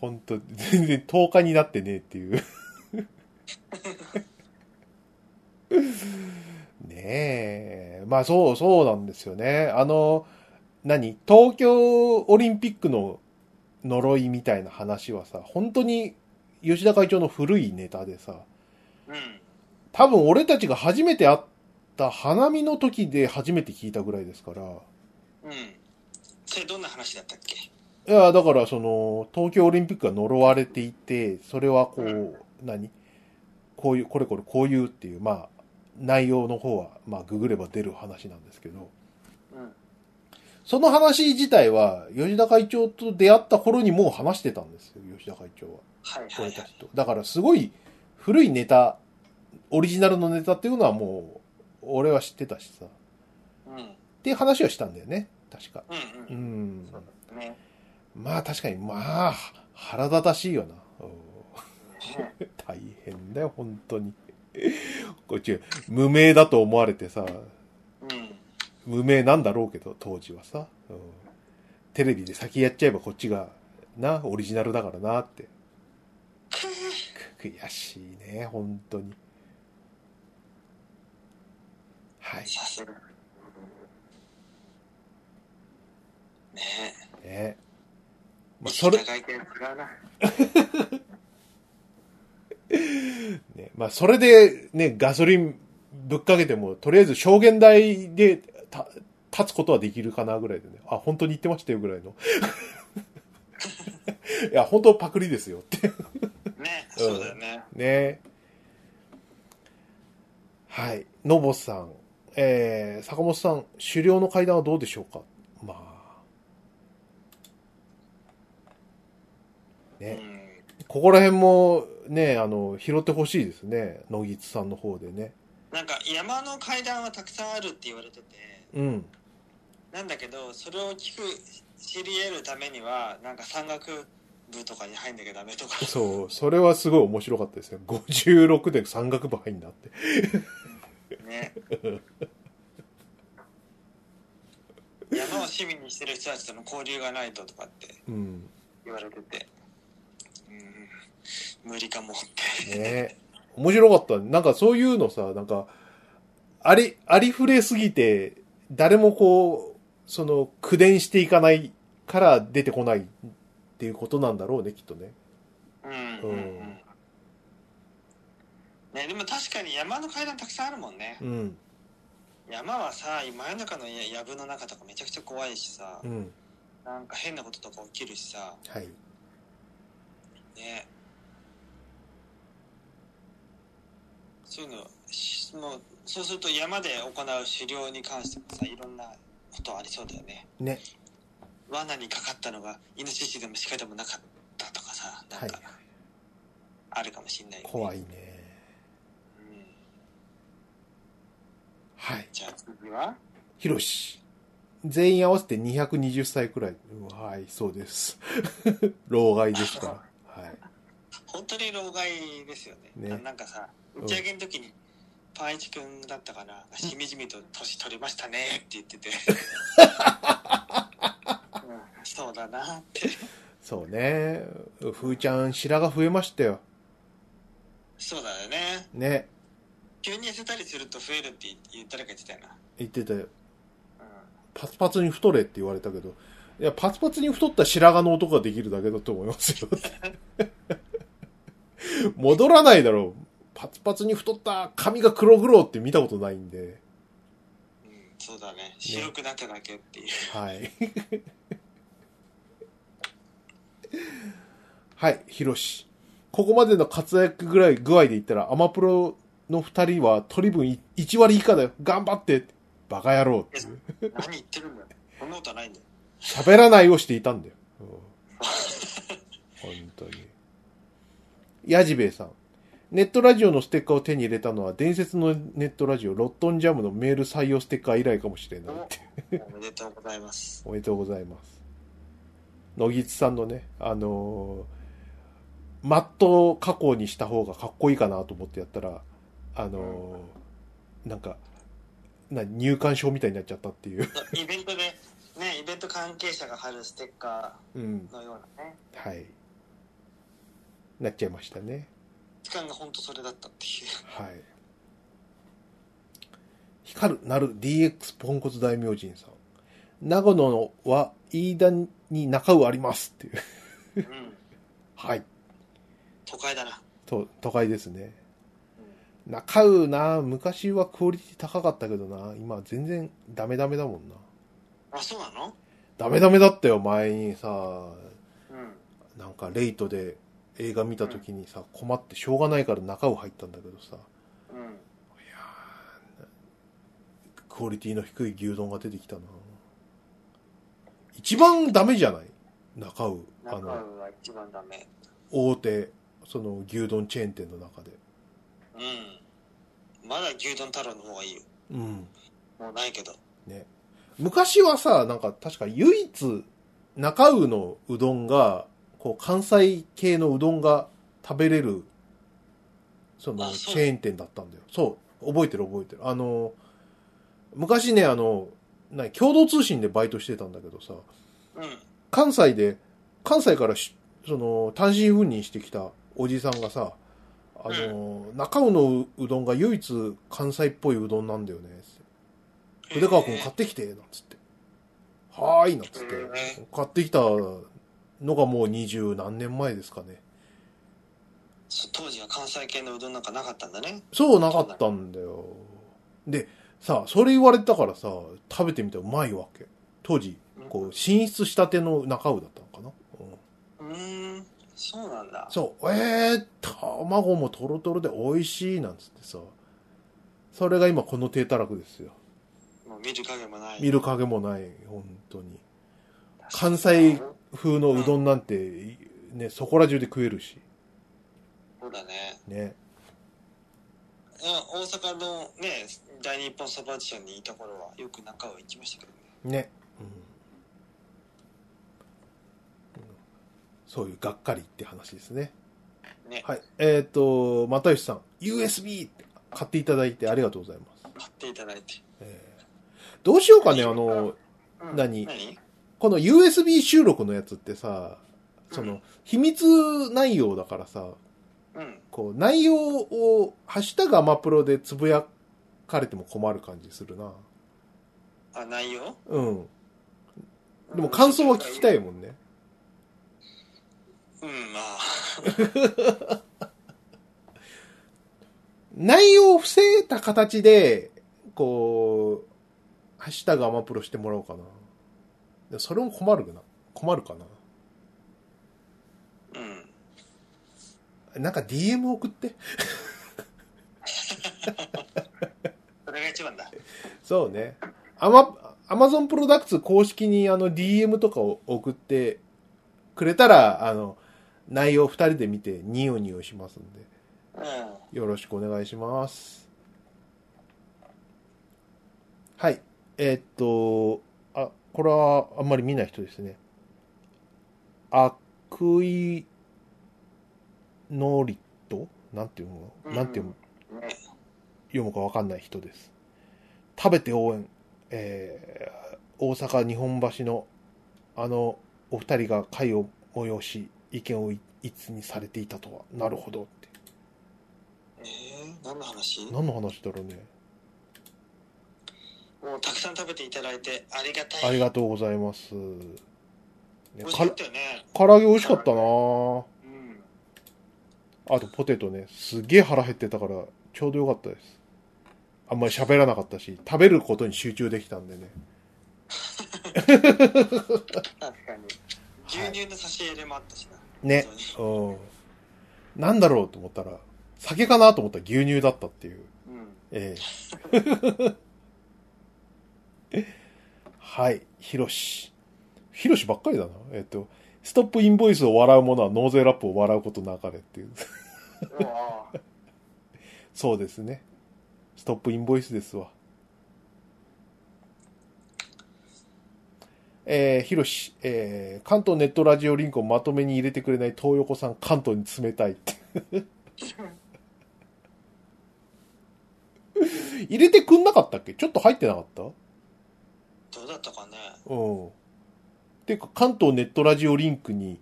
本当全然10日になってねえっていうねえまあそうそうなんですよねあの何東京オリンピックの呪いみたいな話はさ本当に吉田会長の古いネタでさうん多分俺たちが初めて会った花見の時で初めて聞いたぐらいですからうんそれどんな話だったっけいや、だから、その、東京オリンピックが呪われていて、それはこう、うん何こういう、これこれこういうっていう、まあ、内容の方は、まあ、ググれば出る話なんですけど、うんその話自体は、吉田会長と出会った頃にもう話してたんですよ、吉田会長は。はいはい俺はたいちと。だから、すごい古いネタ、オリジナルのネタっていうのはもう、俺は知ってたしさ。っうんていう話はしたんだよね、確か。うんううんん。そうだねまあ、確かに、まあ、腹立たしいよな。うんうん大変だよ、本当に。こっち、無名だと思われてさ、うん無名なんだろうけど、当時はさ。うんテレビで先やっちゃえばこっちが、な、オリジナルだからなって。く悔しいね、本当に。はい。さすがねえね。まあ、そそれれ、高い系違うなね、まあ、それで、ね、ガソリンぶっかけても、とりあえず証言台でた立つことはできるかなぐらいでね、あ、本当に言ってましたよぐらいの。 いや、本当パクリですよって。ねうんそうだよねね。はい。のぼさん、えー、坂本さん、狩猟の階段はどうでしょうかまあ。うね。んここら辺も、ね、あの、拾ってほしいですね。野木津さんの方でね。なんか山の階段はたくさんあるって言われててうん。なんだけどそれを聞く知り得るためにはなんか山岳部とかに入んなきゃダメとかそう、それはすごい面白かったですね。56で山岳部入んだって。 ね山を趣味にしてる人たちとの交流がないととかってうん。言われててうん無理かもってね面白かった。なんかそういうのさ、なんか、あり、ありふれすぎて、誰もこう、その、苦伝していかないから出てこないっていうことなんだろうね、きっとね。うんうんううんんね、でも確かに山の階段たくさんあるもんね、うん。山はさ真夜中のや藪の中とかめちゃくちゃ怖いしさ、うん。なんか変なこととか起きるしさはい。ねそういうのしもうそうすると山で行う狩猟に関してもさいろんなことありそうだよねね。罠にかかったのがイノシシでも鹿でもなかったとかさなんかはいあるかもしんないよね、怖いうん、ね。はい。じゃあ次はひろし。全員合わせて220歳くらい。うんはい、そうです。 老害ですから。はい。本当に老害ですよねねななんかさ打ち上げの時に、パンイチくんだったかなしみじみと年取りましたねって言 ってて、うん、そうだなってそうね。ふーちゃん、白髪増えましたよ。そうだよねね。急に痩せたりすると増えるって言誰か言ってたよな言ってたよ。パツパツに太れって言われたけど。いや、パツパツに太った白髪の男ができるだけだと思いますよ。 戻らないだろう。パツパツに太った髪が黒黒って見たことないんで。うん、うん、そうだね白くなっただけっていう、はい。はい、ヒロシ。ここまでの活躍ぐらい具合で言ったら、アマプロの二人は取り分い1割以下だよ。頑張ってバカ野郎っていう。何言ってるんだよそんなことはないんだよ喋らないをしていたんだよ。うん本当に。やじべえさん。ネットラジオのステッカーを手に入れたのは伝説のネットラジオロットンジャムのメール採用ステッカー以来かもしれないって。おめでとうございますおめでとうございます。野木津さんのね、あのマット加工にした方がかっこいいかなと思ってやったら、あのーなんか、な入館証みたいになっちゃったっていう。 イベントで、ね、イベント関係者が貼るステッカうんー。のようなね、はい。なっちゃいましたね。期間が本当それだったっていう。はい。光るなる DX ポンコツ大名人さん。長野のは飯田に中尾ありますっていう。う ん、はい。都会だな。と、都会ですね。中尾な、昔はクオリティ高かったけどな、今は全然ダメダメだもんな。あ、そうなのダメダメだったよ、前にさ、うん。なんかレイトで映画見た時にさ、困ってしょうがないから中尾入ったんだけどさ、うん。いやークオリティの低い牛丼が出てきたな一番ダメじゃない中尾あ中尾のは一番ダメ。大手その牛丼チェーン店の中でうん。まだ牛丼太郎の方がいいよ。うんもうないけど。昔はさなんか確か唯一中尾のうどんがこう関西系のうどんが食べれるそのあそうチェーン店だったんだよそう覚えてる覚えてるあの昔ねあのな共同通信でバイトしてたんだけどさ、うん。関西で、関西からしその、単身赴任してきたおじさんがさ、あの、中尾のうどんが唯一関西っぽいうどんなんだよね。つって筆川君買ってきて、なんつって。はーい、なんつってへー。買ってきたのがもう二十何年前ですかね。そう当時は関西系のうどんなんかなかったんだね。そうなかったんだよ。で、さ、それ言われたからさ、食べてみたらうまいわけ。当時、こう、進出したての中尾だったのかな。うんうーん、そうなんだ。そう、えー、卵もトロトロで美味しいなんつってさ、それが今この低たらくですよ。もう見る影もない。見る影もない、本当に。関西風のうどんなんて、ね、そこら中で食えるし、そうだね。ね。いや大阪のね、大日本サバチ社にいた頃は、よく中尾行きましたけどね。ね。うん。そういうがっかりって話ですね。ねはい。えっ、と、又吉さん、USB って買っていただいてありがとうございます。買っていただいて。えーどうしようかね、あの、うん何何この USB 収録のやつってさ、その、秘密内容だからさ、うん。こう、内容を、ハッシュタグアマプロでつぶやかれても困る感じするな。あ、内容うん。でも感想は聞きたい。いもんね。うん、まあ。内容を伏せた形で、こう、ハッシュタグアマプロしてもらおうかな。でもそれも困るな。困るかな。うん。なんか DM 送って。それが一番だ。そうね。アマ、アマゾンプロダクツ公式にあの DM とかを送ってくれたら、あの、内容二人で見てニオニオしますんで、うん。よろしくお願いします。はい。えーっと、あ、これはあんまり見ない人ですね。悪意ノリットなんて読むのなんて読むね、読むか分かんない人です。食べて応援、えー大阪日本橋のあのお二人が会を催し、意見を一つにされていたとは、なるほどって。えー、何の話も何の話だろうね。うたくさん食べていただいてありがたい。ありがとうございます。ね美味しかかっらたよね。唐揚げ美味しかったなぁうん。あとポテトね、すげえ腹減ってたから、ちょうどよかったです。あんまり喋らなかったし、食べることに集中できたんでね。確かに。牛乳の差し入れもあったしな。ね。本当にうん。なんだろうと思ったら、酒かなと思ったら牛乳だったっていう。うん。ええ はい。ヒロシ。ヒロシばっかりだな。えっ、と、ストップインボイスを笑う者は納税ラップを笑うことなかれっていう。 うわぁそうですね。ストップインボイスですわ。えー、ひろし、えー、関東ネットラジオリンクをまとめに入れてくれない東横さん、関東に冷たいって。入れてくんなかったっけちょっと入ってなかっ たどうだったかねうん。ていうか、関東ネットラジオリンクに、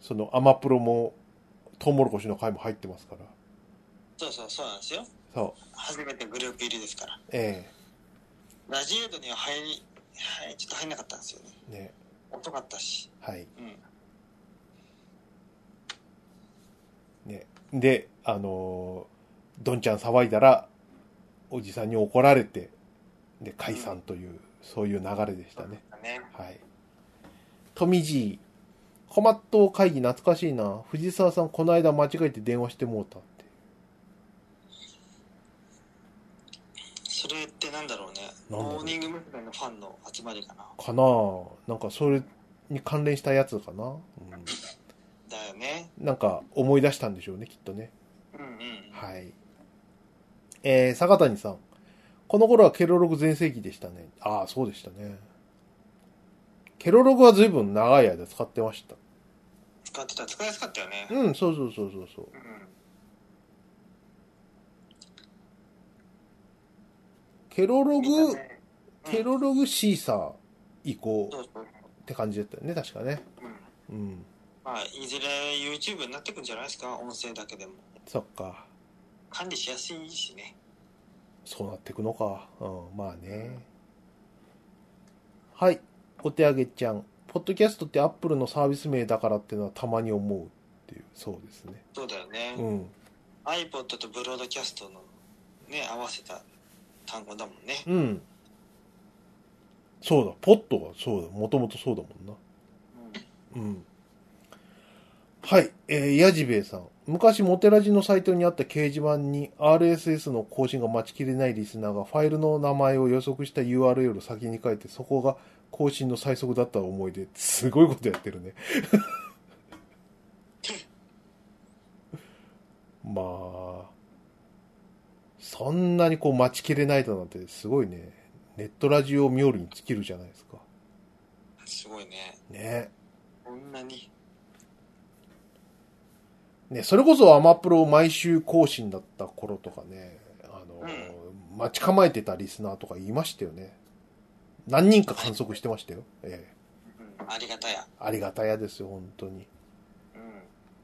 その、アマプロも、トウモロコシの回も入ってますから。そうそうそうなんですよそう。初めてグループ入りですからえラジエードには入り、はい、ちょっと入んなかったんですよねえね。遅かったしはい。うんで、あのーどんちゃん騒いだら、おじさんに怒られて、で、解散という、そういう流れでしたね。そうだねはい。富士、コマット会議懐かしいな。藤沢さん、この間間違えて電話してもうたって。それってなんだろうねなんだろうモーニング娘。のファンの集まりかなかなあなんか、それに関連したやつかな。うんだよねなんか思い出したんでしょうね、きっとね。うんうんはい。えー、坂谷さん。この頃はケロログ全盛期でしたね。ああ、そうでしたね。ケロログは随分長い間使ってました。使ってた使いやすかったよねうん、そうそうそうそうそう。うんケロロみんなグ、ねうんケロログシーサー以降そうそうって感じだったよね、確かね。うんうん。まあいずれ YouTube になってくんじゃないですか音声だけでもそっか。管理しやすいしねそうなってくのか。うん、まあね。はい。お手上げちゃん。ポッドキャストってアップルのサービス名だからっていうのはたまに思うっていう、そうですね。そうだよね、うん iPod とブロードキャストのね合わせた単語だもんねうん。そうだ、ポットがそうだ、もともとそうだもんな。うん。はい、えー、やじべえさん。昔、モテラジのサイトにあった掲示板に RSS の更新が待ちきれないリスナーがファイルの名前を予測した URL を先に書いて、そこが更新の最速だった思い出。すごいことやってるね。 まあ、そんなにこう待ちきれないだなんてすごいね。ネットラジオ冥利に尽きるじゃないですか。すごいねねこんなにね、それこそアマプロ毎週更新だった頃とかね、あの、待ち構えてたリスナーとかいましたよね。何人か観測してましたよ。ええありがたやありがたやですよ、本当に。う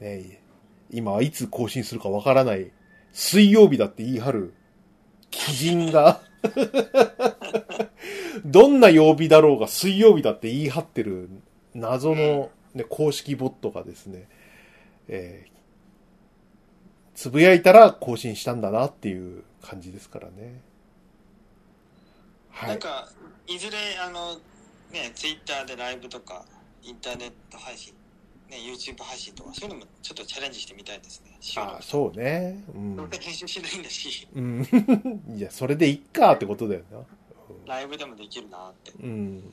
んね、今はいつ更新するかわからない、水曜日だって言い張る、鬼人が、 どんな曜日だろうが水曜日だって言い張ってる謎の、ね、公式ボットがですね、えーつぶやいたら更新したんだなっていう感じですからね。はなんい。かいずれあのねツイッターでライブとかインターネット配信ね YouTube 配信とかそういうのもちょっとチャレンジしてみたいですねしよあそうね。ううどうんせ。編集しないんだし うん。 いや、それでいっかってことだよな。うんライブでもできるなってうん。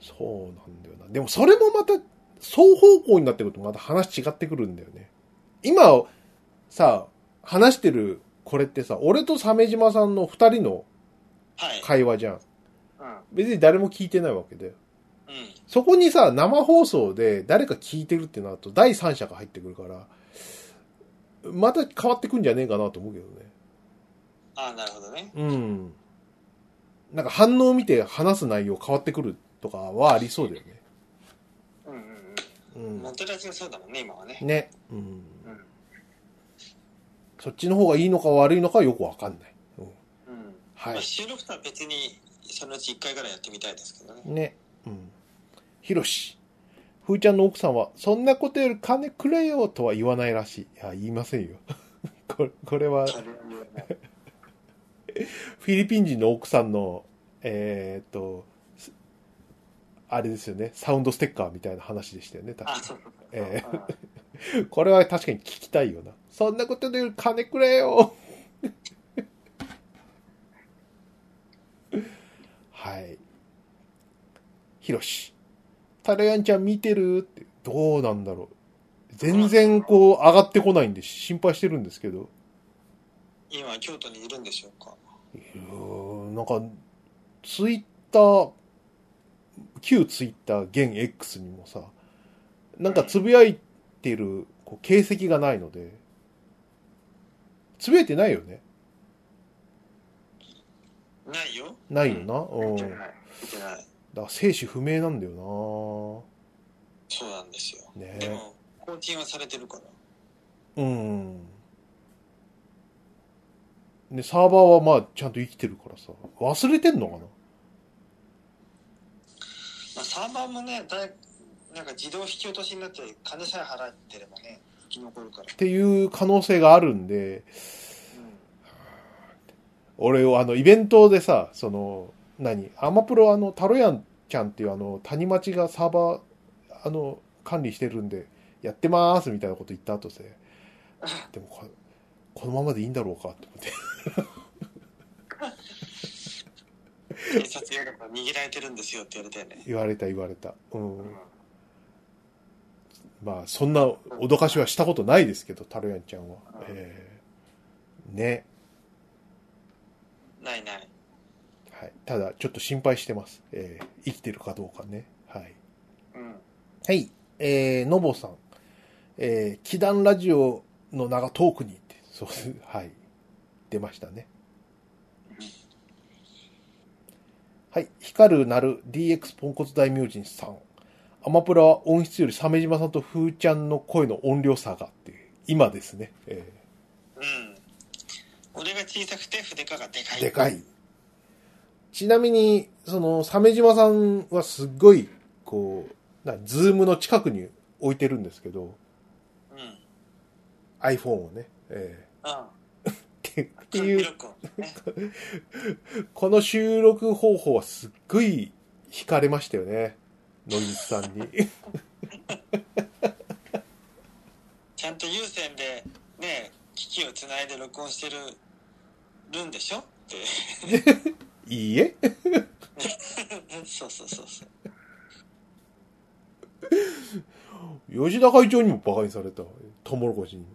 そうなんだよな。でもそれもまた、双方向になってくるとまた話違ってくるんだよね。今、さ、話してるこれってさ、俺と鮫島さんの二人のはい会話じゃん。うん別に誰も聞いてないわけで。うんそこにさ、生放送で誰か聞いてるってなると第三者が入ってくるから、また変わってくんじゃねえかなと思うけどね。ああなるほどねうん。なんか反応を見て話す内容変わってくるとかはありそうだよね。うんうんううんモん。テラジがそうだもんね今はねね。うん。うんそっちの方がいいのか悪いのかはよくわかんない。うんはまあい。収録とは別にそのうち1回ぐらいやってみたいですけどねね。うん。ひろし。ふーちゃんの奥さんは、そんなことより金くれよとは言わないらしい。いや、言いませんよ。 これ、これは、それは言わないフィリピン人の奥さんの、えーっと、すあれですよね。サウンドステッカーみたいな話でしたよね。確かあにそうそうそうえうん これは確かに聞きたいよな。そんなことで金くれよ。 はい。ひろし。タラヤンちゃん見てるって、どうなんだろう。全然こう上がってこないんで心配してるんですけど。今京都にいるんでしょうかいやーなんか、ツイッター、旧ツイッター現 X にもさ、なんかつぶやいてるこう形跡がないので、つぶやいてないよね。ないよ。ないよな。うんうん。見だてかない。見てない。ら生死不明なんだよそうなんですよ。な。ねでも、更新はされてるから。うん。ね、サーバーはまあちゃんと生きてるからさ、忘れてんのかなまあ、サーバーもね、だいなんか自動引き落としになって、金さえ払ってればね、生き残るから。っていう可能性があるんで、俺、あの、イベントでさ、その、何アマプロ、あの、タロヤンちゃんっていう、あの、谷町がサーバー、あの、管理してるんで、やってまーすみたいなこと言った後で、でもこ、このままでいいんだろうかって思って。うん。警察やれば逃げられてるんですよって言われたよね。言われた言われた。うん。うまあ、そんな脅かしはしたことないですけど、タロヤンちゃんはうん。えーね。ん。ないない。はい。ただ、ちょっと心配してます。えー生きてるかどうかね。はい。うん。はい。えー、のぼさん。えー、祈願ラジオの名が遠くにって、そうです。はい。出ましたね。はい。光るなる DX ポンコツ大名人さん。アマプラは音質より鮫島さんとふーちゃんの声の音量差がっていう、今ですね。えうん。俺が小さくて筆かがでかーい。でかい。ちなみに、その、鮫島さんはすっごい、こう、なズームの近くに置いてるんですけど、うん。うん。 iPhone をね。えーって ってい広う、くね。この収録方法はすっごい惹かれましたよね。野口さんに。ちゃんと有線で、ね、機器をつないで録音してる、るんでしょって。 いいえそうそうそうそう。吉田会長にも馬鹿にされた。トウモロコシにも。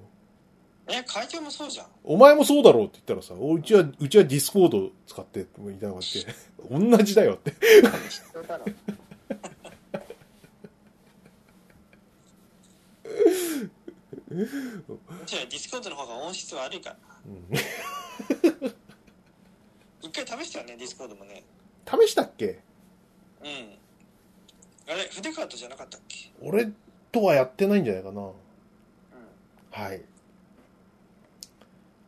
え、会長もそうじゃん。お前もそうだろうって言ったらさ、おうちは、うちはディスコード使って、みたいな感じで。同じだよって。そう だろ。むしろディスコードの方が音質悪いから。うん一回試したよね、ディスコードもね。試したっけうん。あれ、筆カートじゃなかったっけ俺とはやってないんじゃないかな。うはい。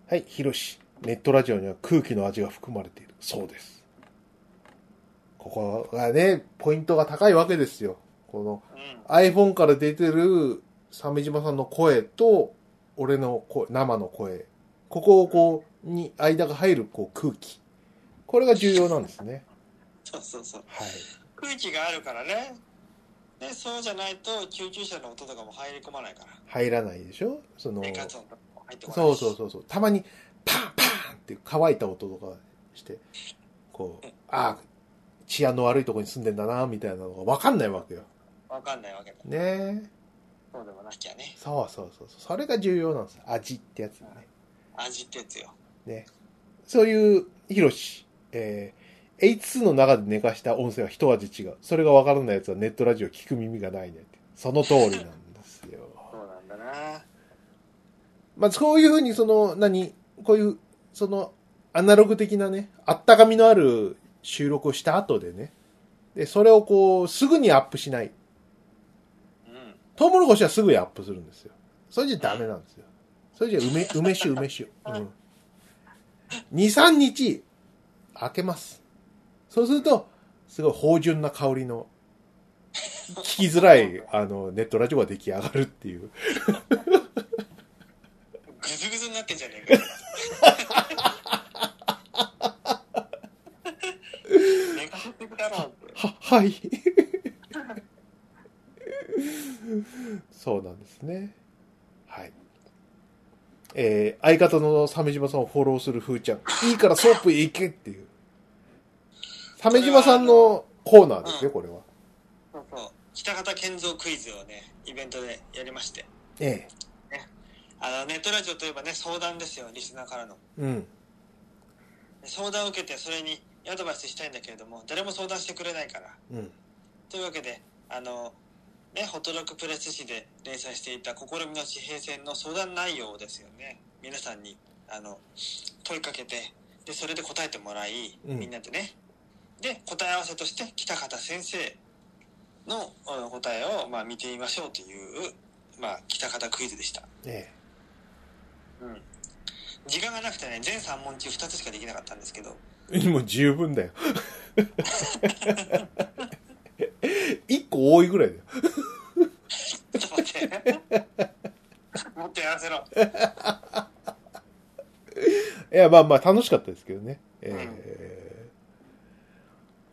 はい、ひろし。ネットラジオには空気の味が含まれている。そうです。ここがね、ポイントが高いわけですよ。このん。うん。 iPhone から出てる鮫島さんの声と、俺の声、生の声。ここをこう、に間が入るこう空気。これが重要なんですね。そうそうそう。はい。空気があるからね。ね、そうじゃないと救急車の音とかも入り込まないから。入らないでしょその、生活音とかも入ってこないそうそうそうそう。たまに、パンパンって乾いた音とかして、こう、ああ、治安の悪いとこに住んでんだな、みたいなのがわかんないわけよ。う。わかんないわけだ。ねえ。そうでもなきゃね。そうそうそうそう。それが重要なんです。味ってやつね。味ってやつよ。そういう、ヒロシ、えー、H2 の中で寝かした音声は一味違う。それがわからないやつはネットラジオ聞く耳がないねって。その通りなんですよ。そうなんだな。まあ、そういうふうに、その、何、こういう、その、アナログ的なね、あったかみのある収録をした後でね、で、それをこう、すぐにアップしない。うん。トウモロコシはすぐにアップするんですよ。それじゃダメなんですよ。それじゃ梅、梅酒、梅酒。うん。2、3日、開けます。そうすると、すごい芳醇な香りの、聞きづらい、あの、ネットラジオが出来上がるっていう。ぐずぐずになってんじゃね えか。メガホテクだろって。は、はい。 そうなんですね。はい。えー、相方の鮫島さんをフォローするふーちゃん。いいからソープへ行けっていう。鮫島さんのコーナーですよ、これは。そうそう。北方健三クイズをね、イベントでやりまして。えあの、ネットラジオといえばね、相談ですよ、リスナーからの。え。うん。相談を受けて、それにアドバイスしたいんだけれども、誰も相談してくれないから、うん。というわけで、あの、ね、ホトロクプレス誌で連載していた試みの地平線の相談内容ですよね。皆さんに、あの、問いかけて、で、それで答えてもらい、うんみんなでね。で、答え合わせとして、北方先生のうん答えを、まあ、見てみましょうという、まあ、北方クイズでした。えうん。時間がなくてね、全3問中2つしかできなかったんですけど、え。もう十分だよ。 一個多いぐらいだよ。ちょっと待って。もっとやらせろ。いや、まあまあ楽しかったですけどね。え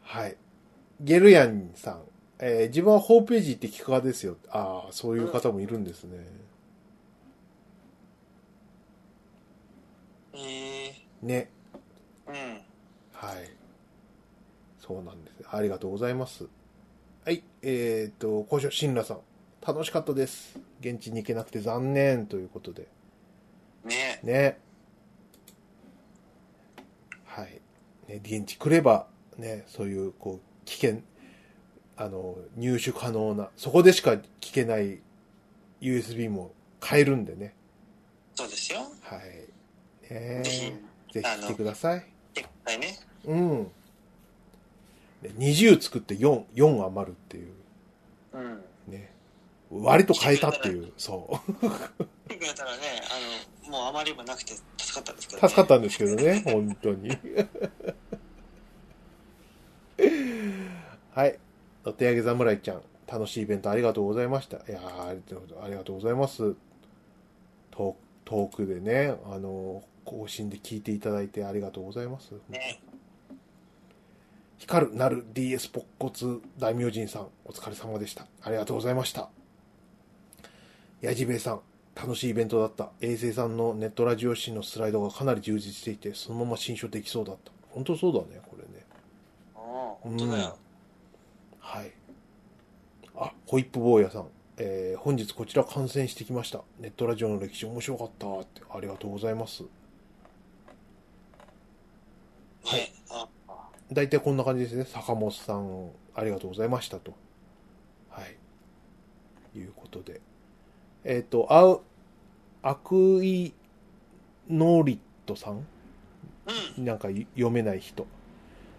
ーはい。ゲルヤンさん。えー自分はホームページって聞く派ですよ。ああ、そういう方もいるんですね。ええね。うん。はい。そうなんです。ありがとうございます。はい。えっ、と、交渉、シンラさん。楽しかったです。現地に行けなくて残念ということで。ねね。はい。ね、現地来れば、ね、そういう、こう、危険、あの、入手可能な、そこでしか聞けない USB も買えるんでね。そうですよ。はい。ねぜひぜひ来てください。絶対ね。うん。で20作って4、4余るっていう、うん。ね。割と変えたっていう、そう。来てくれたらね、あの、もうあまりもなくて助かったんですけど、ね。助かったんですけどね、本当に。はい。お手上げ侍ちゃん、楽しいイベントありがとうございました。いやーありがとうありがとうございます。トートークでね、あの、更新で聞いていただいてありがとうございます。ね。光るなる DS ポッコツ大名人さん、お疲れ様でした。ありがとうございました。やじべえさん、楽しいイベントだった。衛星さんのネットラジオ誌のスライドがかなり充実していて、そのまま新書できそうだった。本当そうだね、これね。おお本当だよ。はい。あ、ホイップ坊やさん。えー本日こちら観戦してきました。ネットラジオの歴史面白かったって、ありがとうございます。うんね。あ大体こんな感じですね。坂本さん、ありがとうございましたと。はい。いうことで。えっ、と、あう、アクイノーリットさんうん。なんかい読めない人。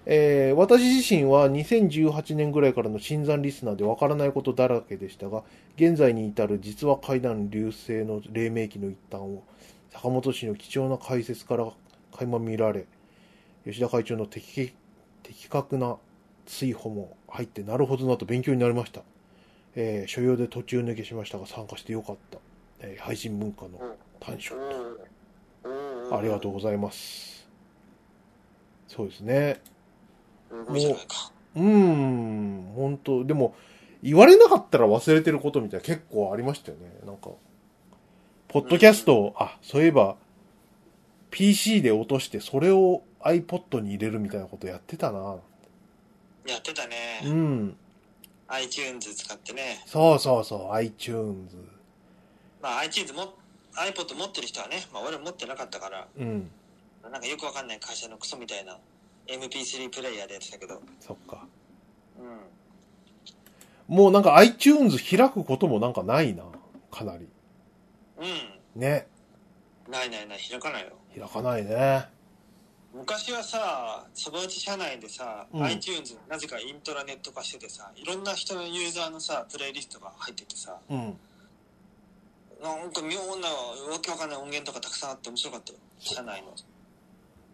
えー私自身は2018年ぐらいからの新参リスナーでわからないことだらけでしたが、現在に至る実は階段流星の黎明期の一端を、坂本氏の貴重な解説から垣間見られ、吉田会長の的的確な追放も入って、なるほどなと勉強になりました。えー所要で途中抜けしましたが、参加してよかった。えー配信文化の短所。うん。うん。ありがとうございます。そうですね。うん。もうじゃないか。うーん、本当でも、言われなかったら忘れてることみたいな結構ありましたよね。なんか、ポッドキャストを、あ、そういえば、PC で落として、それを iPod に入れるみたいなことやってたな。やってたね。うん。 iTunes 使ってね。そうそうそう、iTunes。まあ iTunes も、iPod 持ってる人はね、まあ俺持ってなかったから、うん。なんかよくわかんない会社のクソみたいな MP3 プレイヤーでやってたけど。そっか。うん。もうなんか iTunes 開くこともなんかないな。かなり。うね。ん。ないないない、開かないよ。開かないね。昔はさ、そば打ち社内でさ、うん iTunes なぜかイントラネット化しててさ、いろんな人のユーザーのさ、プレイリストが入っててさ、うん。なんか妙なわけわかんない音源とかたくさんあって面白かったよ、そう社内の。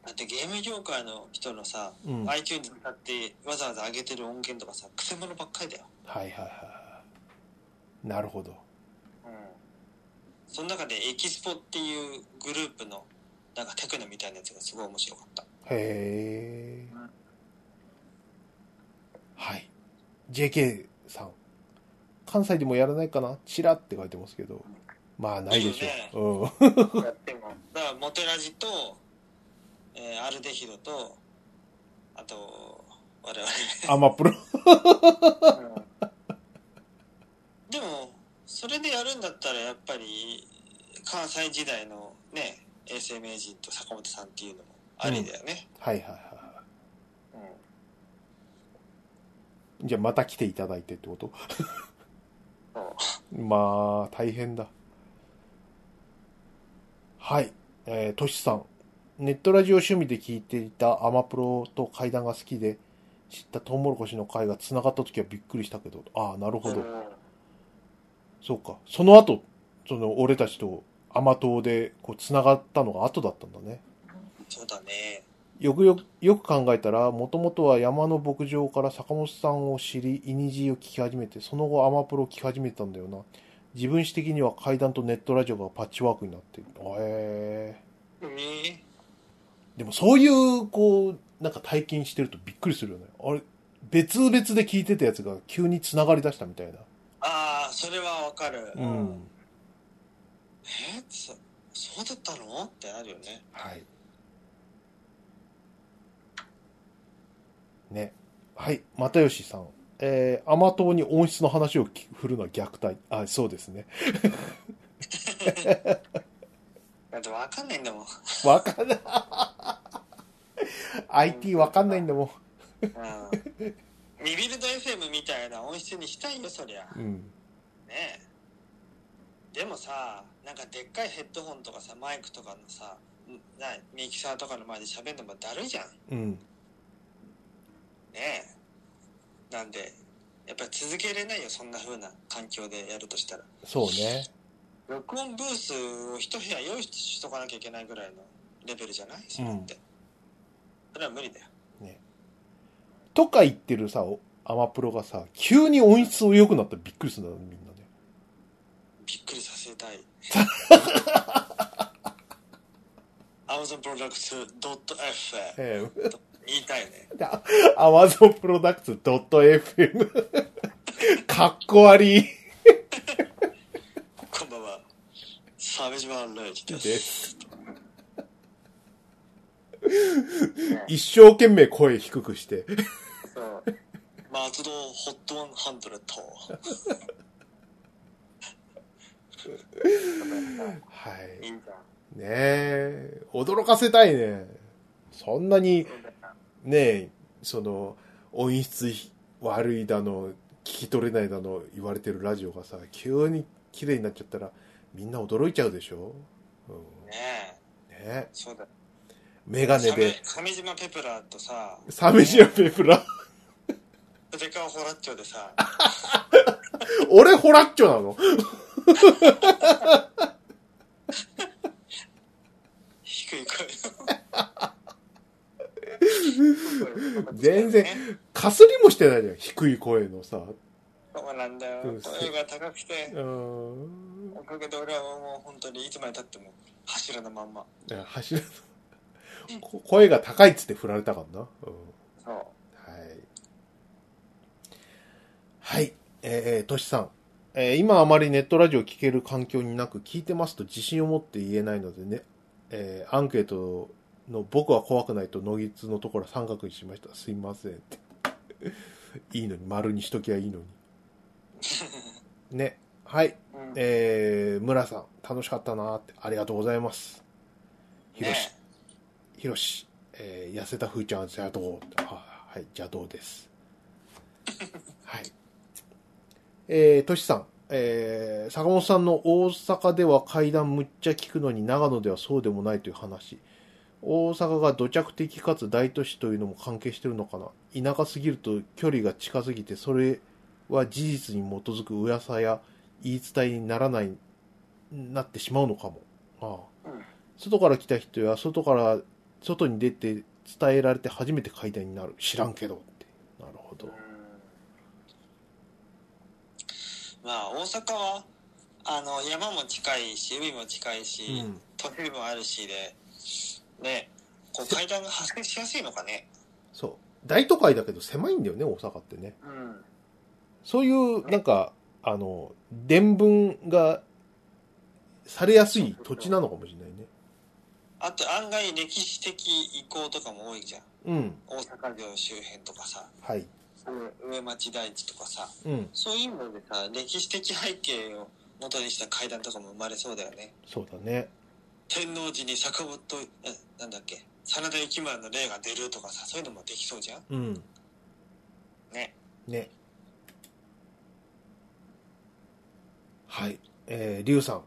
だってゲーム業界の人のさ、うん。はい iTunes 使ってわざわざ上げてる音源とかさ、くせ者ばっかりだよ。はいはい。なるほど。うん。その中でエキスポっていうグループの、なんかテクノみたいなやつがすごい面白かった。へえうん。はい。JK さん。関西でもやらないかなチラって書いてますけど。まあ、ないでしょう。やってもだからモテラジと、えーアルデヒドとあと我々うん。アマプロ。でもそれでやるんだったらやっぱり関西時代のね衛生名人と坂本さんっていうのもありだよね、はいはいはうんじゃあまた来ていただいてってことそうまあ、大変だ。はい。えー、トシさん。ネットラジオ趣味で聞いていたアマプロと怪談が好きで、知ったトウモロコシの回が繋がった時はびっくりしたけど、ああ、なるほど。そうか。その後、その、俺たちとアマ党で、こう、繋がったのが後だったんだね。そうだね。よくよく、よく考えたら、もともとは山の牧場から坂本さんを知り、イニジーを聞き始めて、その後アマプロを聞き始めたんだよな。自分史的には階段とネットラジオがパッチワークになっている。へねーでもそういう、こう、なんか体験してるとびっくりするよね。あれ、別々で聞いてたやつが急に繋がり出したみたいな。ああ、それはわかる。うん。えーそ、そうだったのってなるよね。はい。ね。はい。又吉さん。えー、甘党に音質の話を聞く振るのは虐待。あ、そうですね。だってわかんないんだもん。わかんない。IT わかんないんだもうん。リビルド FM みたいな音質にしたいよ、そりゃ。ん。うん。ねえでもさなんかでっかいヘッドホンとかさマイクとかのさんなミキサーとかの前で喋るのもだるいじゃんうん。ねえなんでやっぱり続けれないよそんな風な環境でやるとしたらそうね。録音ブースを一部屋用意しとかなきゃいけないぐらいのレベルじゃないそれって、それは無理だよとか言ってるさ、おアマプロがさ、急に音質良くなったらびっくりするんだよ、みんなね。びっくりさせたい amazonproducts.fm えー言いたいね amazonproducts.fm かっこ悪い。こんばんは。サメ島のレイジです。です。一生懸命声低くして。そう。マツドホットワンハンドレット。はいい。いんだ。ねえ、驚かせたいね。そんなに、ねえ、その、音質悪いだの、聞き取れないだの言われてるラジオがさ、急に綺麗になっちゃったら、みんな驚いちゃうでしょ、うん、ねねえ、え、そうだ。メガネサメで、鮫島ペプラーとさ、サメジアペプラ。デカオホラッチョでさ、俺ホラッチョなの低い声の。全然。かすりもしてないじゃん。低い声のさ。そうなんだよ。声が高くてう、ーん。おかげで俺はもう本当にいつまで経っても柱のまんま。いや柱の、こ声が高いっつって振られたからな。うんそう。はい。はい。えー、としさん。えー今あまりネットラジオ聞ける環境になく、聞いてますと自信を持って言えないのでね、えーアンケートの僕は怖くないと、乃木津のところは三角にしました。すいませんって。 いいのに、丸にしときゃいいのに。ね。はい。うんえー、村さん、楽しかったなーって、ありがとうございます。ひろし、ねひろし、えー痩せたふーちゃん、じゃあどうあはい、じゃあどうです。はい。えー、としさん、えー、坂本さんの大阪では階段むっちゃ聞くのに長野ではそうでもないという話。大阪が土着的かつ大都市というのも関係してるのかな。田舎すぎると距離が近すぎて、それは事実に基づく噂や言い伝えにならない、なってしまうのかも。ああうん外から来た人や外から外に出て伝えられて初めて階段になる知らんけどってなるほどまあ大阪はあの山も近いし海も近いし、うん都市部もあるしでねこう階段が発生しやすいのかねそう大都会だけど狭いんだよね大阪ってねうんそういうなんかあの伝聞がされやすい土地なのかもしれないねあと案外歴史的遺構とかも多いじゃんうん大阪城周辺とかさはい上町台地とかさうんそういうのでさ歴史的背景を元にした階段とかも生まれそうだよねそうだね天王寺に坂本えなんだっけ真田幸村の霊が出るとかさそういうのもできそうじゃんうんねね。はい。えー、リュウさん。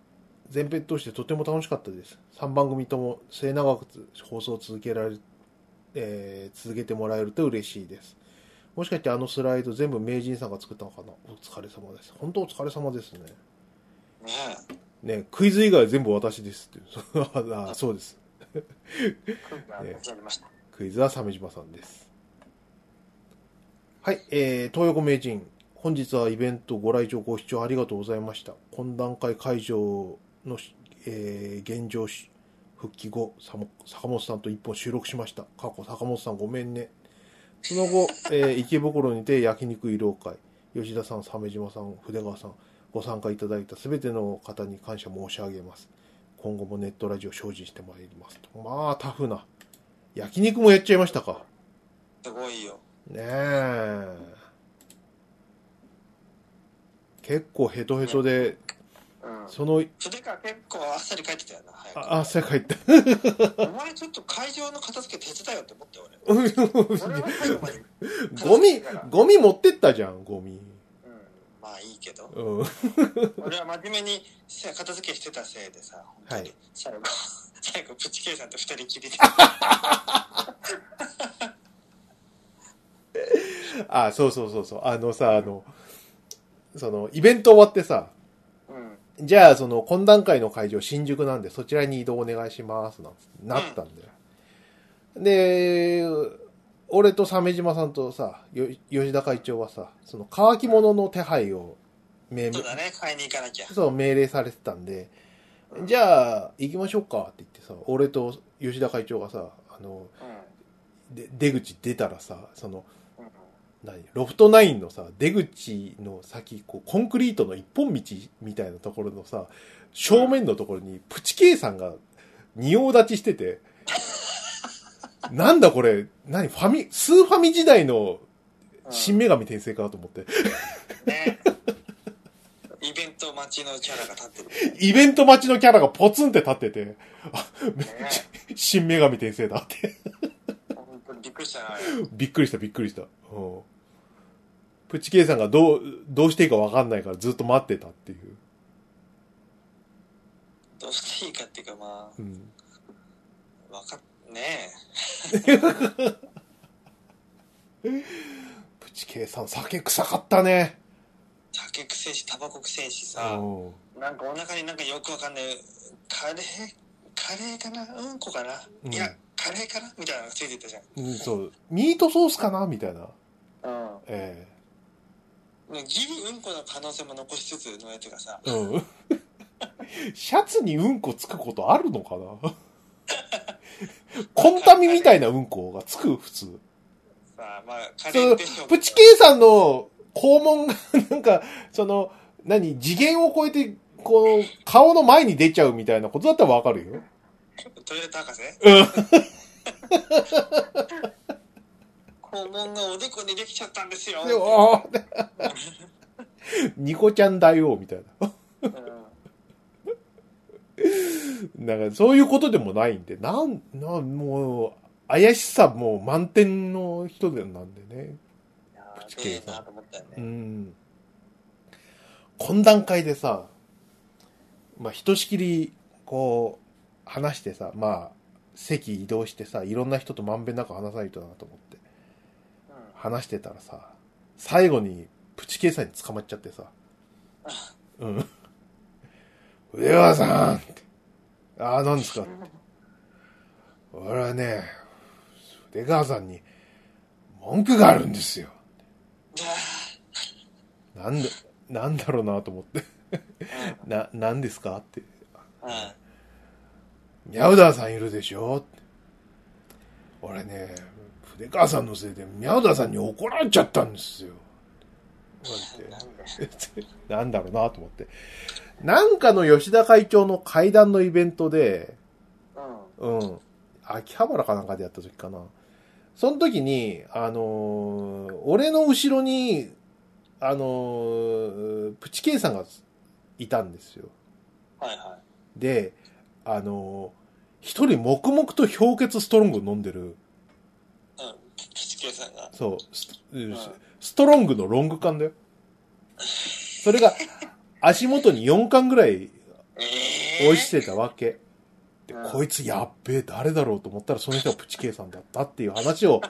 前編通してとても楽しかったです。3番組とも末永く放送を続けられ、えー続けてもらえると嬉しいです。もしかしてあのスライド全部名人さんが作ったのかなお疲れ様です。本当お疲れ様ですね。ねね、クイズ以外は全部私ですっていう。 あそうです。え。が立ち上げました。クイズは鮫島さんです。はい、えー、東横名人、本日はイベントご来場ご視聴ありがとうございました。懇談会会場のし、えー現状し復帰後、さも坂本さんと一本収録しました。過去坂本さんごめんね。その後、えー池袋にて焼肉慰労会、吉田さん、鮫島さん、筆川さん、ご参加いただいたすべての方に感謝申し上げます。今後もネットラジオ精進してまいりますと。まあ、タフな。焼肉もやっちゃいましたか。すごいよ。ねえ。結構ヘトヘトで、うん。その、それから結構あっさり帰ってたよな、早く。あ、汗かいた。 お前ちょっと会場の片付け手伝えよって思ったよ、俺。俺は最後まで。ゴミ、ゴミ持ってったじゃん、ゴミ。うん。まあいいけど。うん。俺は真面目にせ片付けしてたせいでさ、本当にはい最後、 最後、プチケイさんと二人きりで。あ、そうそうそうそう。あのさ、あの、その、イベント終わってさ、うん。じゃあ、その、懇談会の会場、新宿なんで、そちらに移動お願いします、なんつってなったんだよ。で、俺と鮫島さんとさ、よ吉田会長はさ、その、乾き物の手配を命そう令、だね、買いに行かなきゃ。そう、命令されてたんで、じゃあ、行きましょうか、って言ってさ、俺と吉田会長がさ、あの、うん。で出口出たらさ、その、うん。何ロフトナインのさ、出口の先、こう、コンクリートの一本道みたいなところのさ、正面のところに、プチケイさんが、仁王立ちしてて、なんだこれ、何ファミ、スーファミ時代の新女神転生かと思って、ね。イベント待ちのキャラが立ってる。イベント待ちのキャラがポツンって立ってて、ね。新女神転生だって。本当にびっくりしたな、あれびっくりした、びっくりした。うんプチケイさんがどう、どうしていいかわかんないからずっと待ってたっていう。どうしていいかっていうか、まうんあ、わかっ、ねプチケイさん酒臭かったね。え。酒くせえし、タバコくせえしさ、うんなんかお腹になんかよくわかんない、カレー、カレーかなうんこかな、うんいや、カレーかなみたいなのがついてたじゃん。うん、そう。ミートソースかなみたいな。うん。えギリうんこの可能性も残しつつのやつがさ、えうん。 シャツにうんこつくことあるのかな コンタミみたいなうんこがつく普通。さあ、まあ、カレそーうでしょうけどプチケイさんの肛門が、なんか、その、何、次元を超えて、こう、顔の前に出ちゃうみたいなことだったらわかるよ。トイレット博士う肛門がおでこにできちゃったんですよ。でも、あー ニコちゃん大王みたいうな。んなんか、そういうことでもないんで、なん、なん、もう、怪しさもう満点の人でなんでね。いやプチーケイさんすげえなと思ったようね。ん。懇談会でさ、まあ、ひとしきり、こう、話してさ、まあ、席移動してさ、いろんな人とまんべんなく話さないとだなと思って、う話してたらさ、最後に、プチケイさんに捕まっちゃってさ、うん。上川さんって。ああ、なんですかん俺はね、出川さんに文句があるんですよ。なんだ、なんだろうなと思って。 な、なんですかって。うミャウダーさんいるでしょって俺ね、出川さんのせいでミャウダーさんに怒られちゃったんですよ。ん。なんでなんだろうなと思って。なんかの吉田会長の会談のイベントで、うん。うん。秋葉原かなんかでやった時かな。その時に、あのー俺の後ろに、あのープチケイさんがいたんですよ。はいはで、あのー一人黙々と氷結ストロングを飲んでる。い。うん。プチ NHK さんが。そうスト、んストロングのロング缶だよ。それが、足元に4缶ぐらいええ落ちてたわけ。でうんこいつやっべえ、誰だろうと思ったら、その人がプチケイさんだったっていう話を、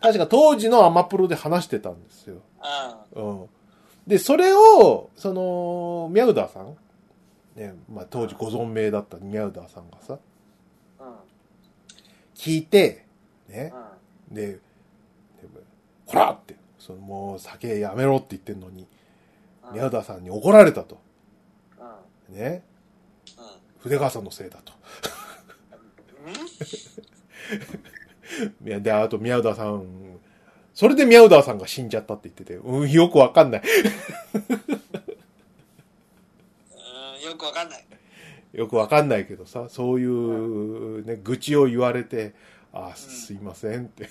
確か当時のアマプロで話してたんですよ。あうん。で、それを、その、ミャウダーさん、ね、まあ当時ご存命だったミャウダーさんがさ、あ、うん、聞いて、ね、うん。で、でほらって、そのもう酒やめろって言ってんのに、うん宮田さんに怒られたと。うん。ね。う筆川さんのせいだと。 ん。うんいやで、あと宮田さん、それで宮田さんが死んじゃったって言ってて、うん、よくわかんない。 うんよくわかんない。よくわかんないけどさ、そういう、ね、愚痴を言われて、あ、すいませんって。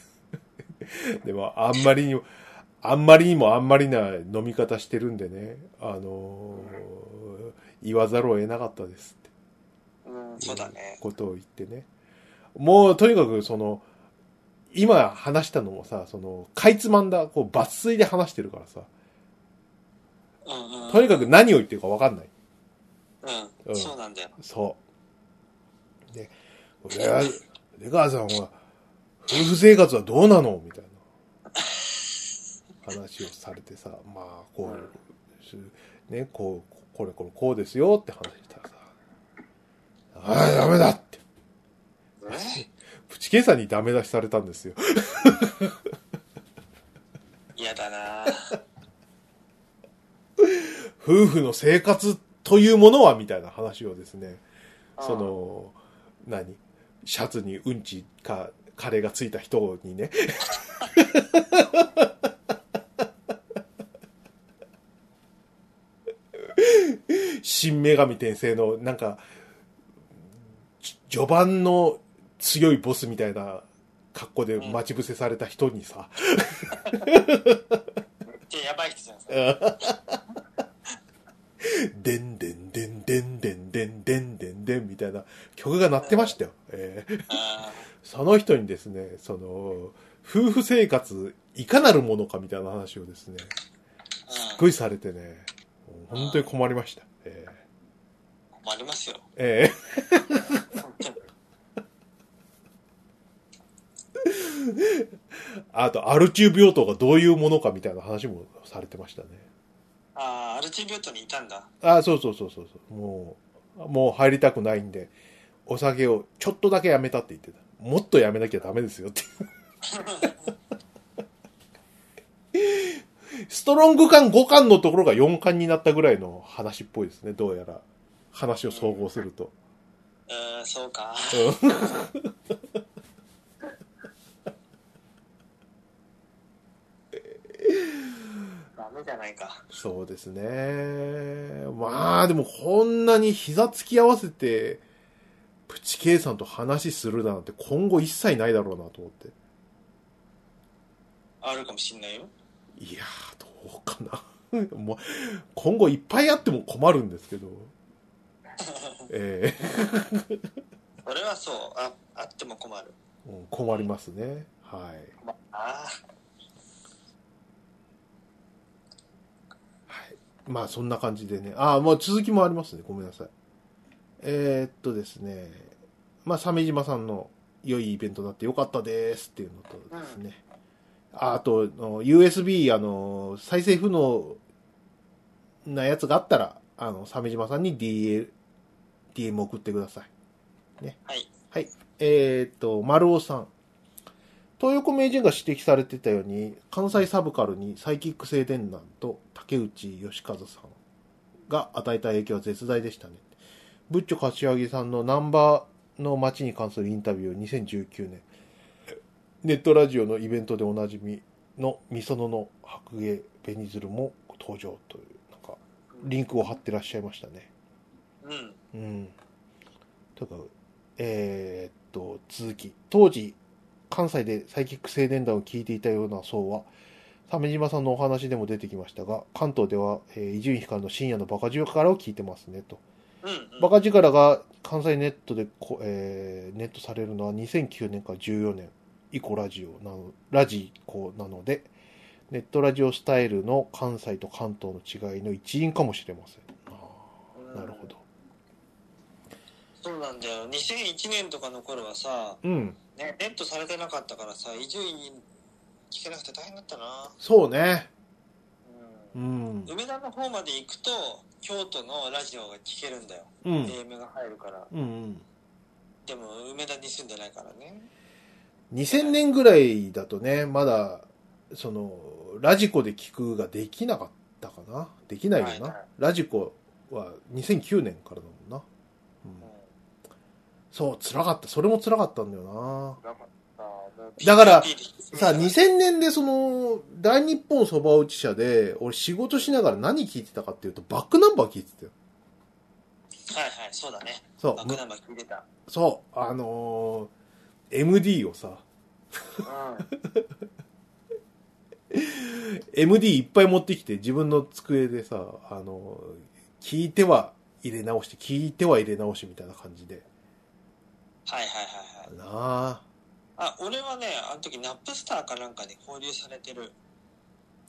でも、あんまりにも、あんまりにもあんまりな飲み方してるんでね、あのー言わざるを得なかったですって。うん、そうだね。ことを言ってね。もう、とにかく、その、今話したのもさ、その、かいつまんだ、こう、抜粋で話してるからさ、うんうん。とにかく何を言ってるかわかんない。うん、そうなんだよ。そう。で、俺 は、出川さんは、夫婦生活はどうなのみたいな、話をされてさ、まあ、こう、しね、こう、これこれこうですよって話したらさ、ああ、ダメだって。えプチケイさんにダメ出しされたんですよ。嫌だな 夫婦の生活というものはみたいな話をですね、そうんの、何シャツにうんちか、カレーがついた人にね。新女神転生の、なんか、じ序盤の強いボスみたいな格好で待ち伏せされた人にさ、で、やばい人じゃないですか。でんでんでんでんでんでんでんでんでんみたいな曲が鳴ってましたよ。えーあその人にですね、その、夫婦生活いかなるものかみたいな話をですね、すっーうん。ごいされてね、もう本当に困りました。えー困りますよ。え本当にーあと、アルチュー病棟がどういうものかみたいな話もされてましたね。ああ、アルチビュートにいたんだ。あ、そうそうそうそうそう。もう、もう入りたくないんで、お酒をちょっとだけやめたって言ってた。もっとやめなきゃダメですよって。ストロング缶5缶のところが4缶になったぐらいの話っぽいですね、どうやら。話を総合すると。うん、そうか。ダメじゃないか。そうですね。まあ、でもこんなに膝つき合わせて、プチケイさんと話するなんて今後一切ないだろうなと思って。あるかもしんないよ。いやー、どうかな。もう、今後いっぱいあっても困るんですけど。え俺はそう、あ、あっても困る。えうん困りますね。はい。まあはい。まあ、そんな感じでね。ああ、もう続きもありますね。ごめんなさい。えーっとですね。まあ、鮫島さんの良いイベントになって良かったですっていうのとですね。ああと、あの USB、あの、再生不能なやつがあったら、あの、鮫島さんに DL、DM 送ってください。ー、はい。えー、と、丸尾さん。東横名人が指摘されてたように、関西サブカルにサイキック性伝弾と竹内義和さんが与えた影響は絶大でしたね。ブッチョ柏木さんのナンバーの街に関するインタビューを2019年、ネットラジオのイベントでおなじみのみそのの白芸紅鶴も登場という、なんか、リンクを貼ってらっしゃいましたね。うん。うん。とか、えーっと、続き。当時、関西でサイキック青年団を聞いていたような層は、鮫島さんのお話でも出てきましたが、関東ではえー伊集院光の深夜のバカ力を聞いてますね、と。うん、うん。バカ力が関西ネットでこ、えーネットされるのは2009年から14年。イコラジオなの、ラジコなので、ネットラジオスタイルの関西と関東の違いの一員かもしれません。あうんーなるほど。そうなんだよ2001年とかの頃はさ、うん。ね、ネットされてなかったからさ伊集院聞けなくて大変だったな、そうね。ううんん。梅田の方まで行くと京都のラジオが聞けるんだよ、うん。うん AM が入るからうん。でも梅田に住んでないからね2000年ぐらいだとね、まだ、その、ラジコで聞くができなかったかな。できないよな。はいはいラジコは2009年からだもんな。うんうんそう、辛かった。それも辛かったんだよ頑張ったもうだから PTT で聞いてな。みさたあ、ら2000年でその、大日本そば打ち社で、俺仕事しながら何聞いてたかっていうと、バックナンバー聞いてたよ。はいはいそうだねそバッうク、ナンバー聞いてたそう、あのー MD をさ、うん MD いっぱい持ってきて自分の机でさ、あのー聞いては入れ直して、聞いては入れ直しみたいな感じで。はいはいはいはいなあ。あ俺はねあの時ナップスターかなんかで交流されてる、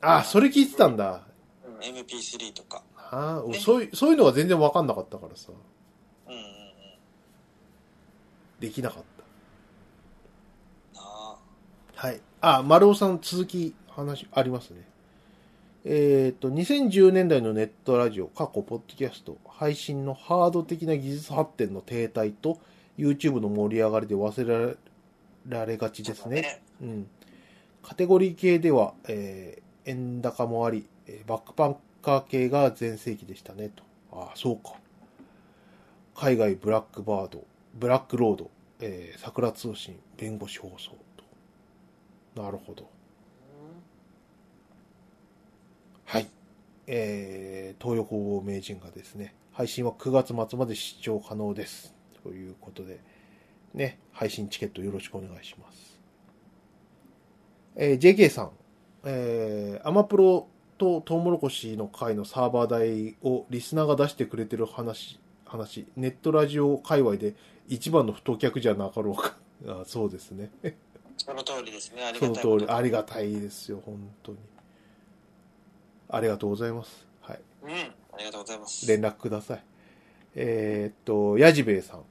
あ、それ聞いてたんだ。うん、MP3 とかああ、ねそういう、そういうのは全然わかんなかったからさ、うんうんうんできなかった。なあはい。あ、丸尾さん、続き、話、ありますね。えっ、と、2010年代のネットラジオ、過去、ポッドキャスト、配信のハード的な技術発展の停滞と、YouTube の盛り上がりで忘れられがちですそうだね。うん。カテゴリー系では、えー円高もあり、えーバックパッカー系が全盛期でしたね、と。ああ、そうか。海外ブラックバード、ブラックロード、えー桜通信、弁護士放送と。なるほど。はい。えー、東洋工房名人がですね、配信は9月末まで視聴可能です。ということで、ね、配信チケットよろしくお願いします。えー JK さん、えーアマプロとトウモロコシの会のサーバー代をリスナーが出してくれてる話、話、ネットラジオ界隈で一番の不当客じゃなかろうか。あそうですね。その通りですねありそがのたい通ことり、ありがたいですよ、本当に。ありがとうございます。はい。うんありがとうございます連絡ください。えーっと、やじべえさん。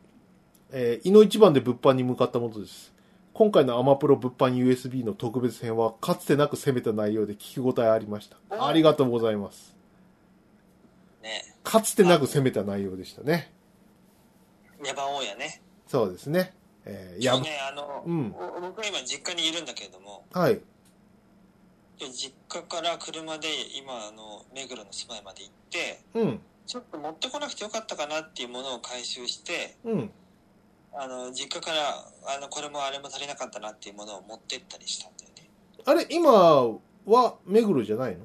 えー、いの一番で物販に向かったものです。今回のアマプロ物販 USB の特別編は、かつてなく攻めた内容で聞き応えありました。ありがとうございます。ねかつてなく攻めた内容でしたね。ヤバオンやねそうですね。えー、ちょっやと、ねあの、うんお僕は今実家にいるんだけれどもはい。で実家から車で今あの目黒の住まいまで行ってうん、ちょっと持ってこなくてよかったかなっていうものを回収してうん。あの実家からあのこれもあれも足りなかったなっていうものを持ってったりしたんだよねあれ、今は、目黒じゃないの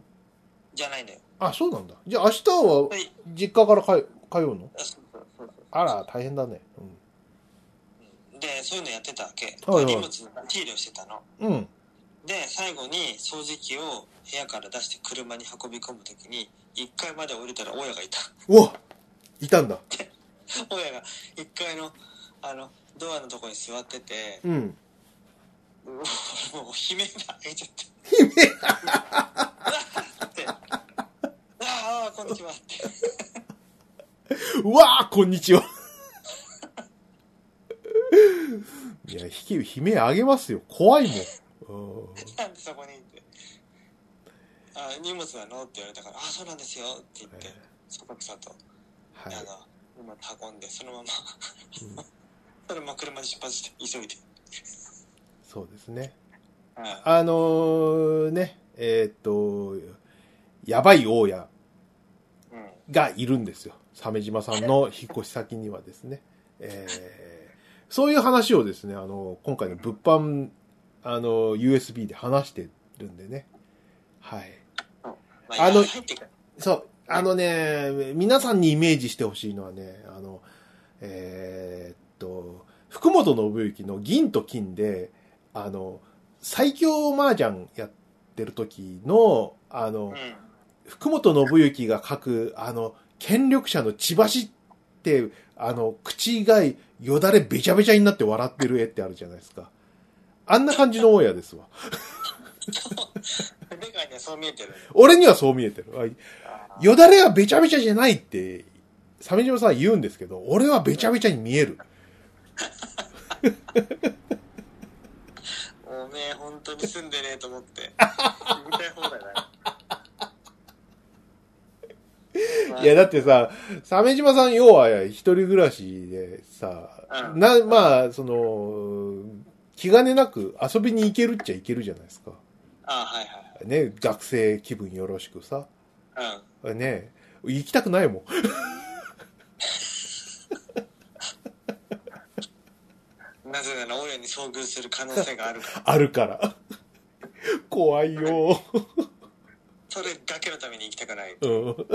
じゃないんだよあ、そうなんだ。じゃあ明日ははい実家からか通うのあそうそうそうそうあら、大変だね。うんでそういうのやってたわけ、はいはい荷物の手入れをしてたのうん。うん。で最後に掃除機を部屋から出して車に運び込む時に1階まで降りたら親がいた うわいたんだ。親が1階のあのドアのとこに座っててうん。もうもう悲鳴が上げちゃって悲鳴あってああこんにちはってうわあこんに ちは。いや、引き、悲鳴あげますよ。怖いもん。うんなんでそこにってあ荷物なのって言われたから「あそうなんですよ」って言ってえーそこさと、はいあ。の今運んでそのまま そのまま車で出発して急いで、そうですね。うん、はいあのーね、えーっと、やばい大家うんがいるんですよ。鮫島さんの引っ越し先にはですね。えーそういう話をですね、あの、今回の物販、あの、USB で話してるんでね。はい。まあ、あの入ってくるそう。あのね、皆さんにイメージしてほしいのはね、あの、えーっと、福本信之の銀と金で、あの、最強麻雀やってる時の、あの、うん福本信之が書く、あの、権力者の血走って、あの、口以外よだれべちゃべちゃになって笑ってる絵ってあるじゃないですか。あんな感じのオンエアですわ。目がね、そう見えてる。俺にはそう見えてる。ああーよだれはべちゃべちゃじゃないって、鮫島さんは言うんですけど、俺はべちゃべちゃに見える。おめえ、本当に住んでねえと思って。言 いたい放題だよ。いや、だってさ、鮫島さん、要は一人暮らしでさ、うんな、まあ、その、気兼ねなく遊びに行けるっちゃ行けるじゃないですか。あーはいはね、学生気分よろしくさ。いはい。うん。ね、行きたくないもん。なぜなら、親に遭遇する可能性がある から。あるから。怖いよ。それだけのために行きたくない。うん。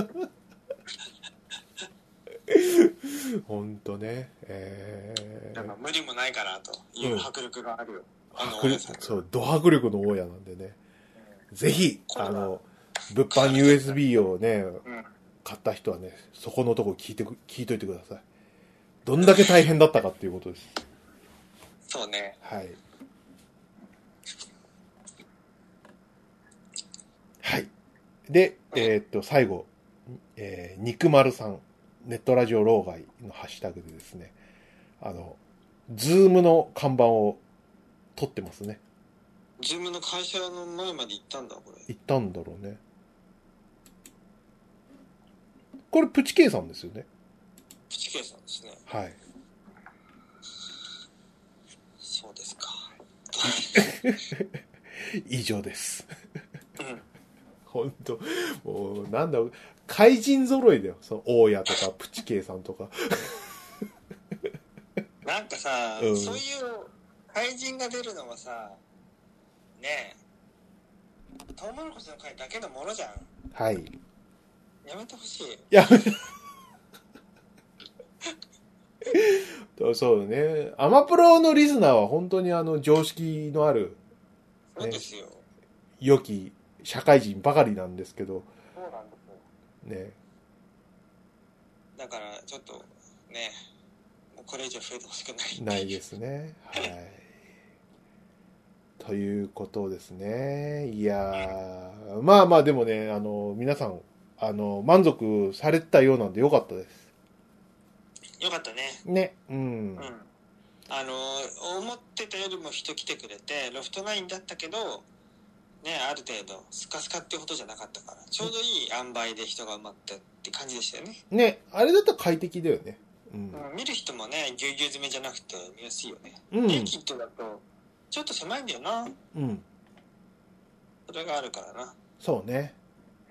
ほんとね。えだからー、無理もないかなという迫力があるよ。あの迫親さん力、そう、ド迫力の大家なんでね。ぜひ、これはあの、物販 USB をね、うん。買った人はね、そこのとこ聞いてく、聞いといてください。どんだけ大変だったかっていうことです。そうね。はい。はい。で、えーっと、最後、えー、肉丸さん、ネットラジオ老害のハッシュタグでですね、あの、ズームの看板を取ってますね。自分の会社の前まで行ったんだ、これ。行ったんだろうね。これ、プチケイさんですよね。プチケイさんですね。はい。そうですか。以上です。うん。本当もう、なんだろう、怪人揃いだよ。その、大家とか、プチケイさんとか。なんかさ、うんそういう怪人が出るのはさ、ねえ、トウモロコシの会だけのものじゃん。はい。やめてほしい。やめた。そうね。アマプロのリスナーは本当にあの常識のあるそうですよ。良き社会人ばかりなんですけど、そうなんですよ。ね。だから、ちょっと、ねもうこれ以上増えてほしくない。ないですね。はい。ということですね。いやー。まあまあでもね、あの、皆さん、あの、満足されてたようなんでよかったです。よかったね。ね。うんうん。。あのー、思ってたよりも人来てくれて、ロフトナインだったけど、ね、ある程度、スカスカってほどじゃなかったから、ちょうどいい塩梅で人が埋まったって感じでしたよね。ね。あれだったら快適だよね。うん。うん見る人もねぎゅうぎゅう詰めじゃなくて見やすいよね、うん。リキッドだとちょっと狭いんだよなうん。それがあるからなそうね。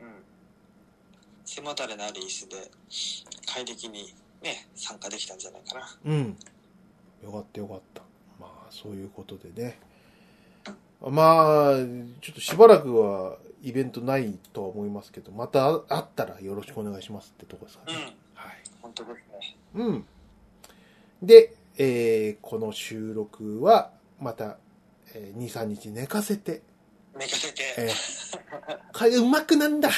うん背もたれのある椅子で快適にね参加できたんじゃないかなうん。よかったよかった。まあ、そういうことでね。まあ、ちょっとしばらくはイベントないとは思いますけど、またあったらよろしくお願いしますってとこですかうね。んはい。本当ですねうん。で、えーこの収録は、また、えー2、3日寝かせて、寝かせて、 えーかうまくなんだ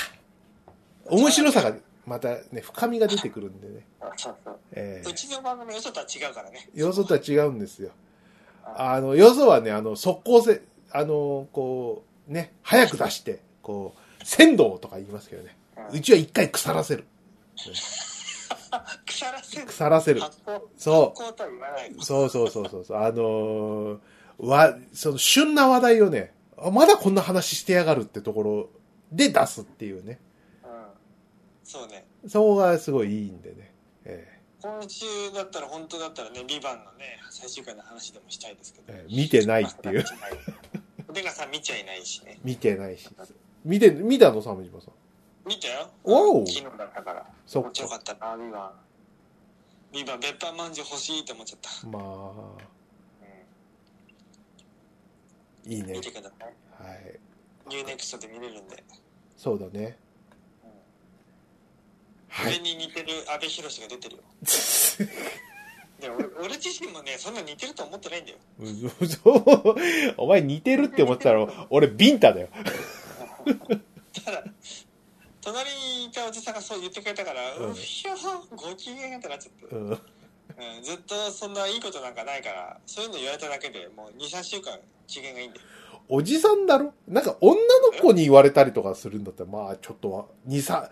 面白さが、またね、深みが出てくるんでね。あそうそうえーうちの番組よそとは違うからねよそとは違うんですよ。あの、よそはね、あの、速攻せ、あの、こう、ね、早く出して、こう、鮮度をとか言いますけどね。うんうちは一回腐らせる。腐らせる腐らせる。発酵そ。発酵とは言わないうそうそうそうそうそう。あのーわ、その、旬な話題をね、あまだこんな話してやがるってところで出すっていうね。うんそうねそこがすごいいいんでね。え今週だったら本当だったらね「ビバンのね最終回の話でもしたいですけどーえー見てないっ ていう。出川さん見ちゃいないしね。見てないし。見て、見たの鮫島さん。見たよ。おう昨日だったから。そ面っ白か。かったな、ビバン。ビバン、別班まんじゅう欲しいと思っちゃった。まあ、いいうん、ね見。てください。はい。ニューネクストで見れるんで。そうだね。は俺い。に似てる阿部寛が出てるよ。で俺俺自身もね、そんな似てると思ってないんだ よ。そう。 お前似てるって思ってたら、俺ビンタだよ。ただ、隣にいたおじさんがそう言ってくれたから、うんうひょー、ご機嫌ってなっちゃって。うん。うんずっとそんないいことなんかないからそういうの言われただけでもう23週間機嫌がいいんだよ。おじさんだろなんか女の子に言われたりとかするんだったら、まあちょっとは、2、3、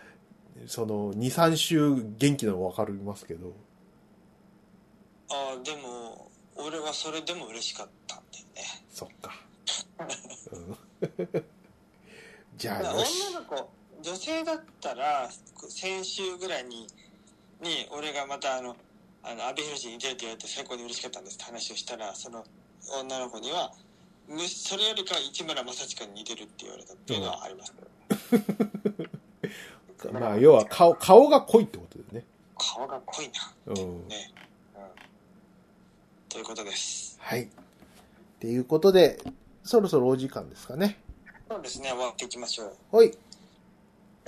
その、2、3週元気なのわかりますけど。ああ、でも、俺はそれでも嬉しかったんだよね。そっか。うん、 じゃまああよし。女の子、女性だったら、先週ぐらいに、に、俺がまたあの、あの、安倍博士に似てるって言われて最高に嬉しかったんですって話をしたら、その女の子には、むそれよりかは市村正親に似てるって言われたっていうのはあります、 まあ要は顔、顔が濃いってことだよね。顔が濃いな。うん。ね。うん。ということです。はい。っていうことで、そろそろお時間ですかね。そうですね、終わっていきましょう。はい。じ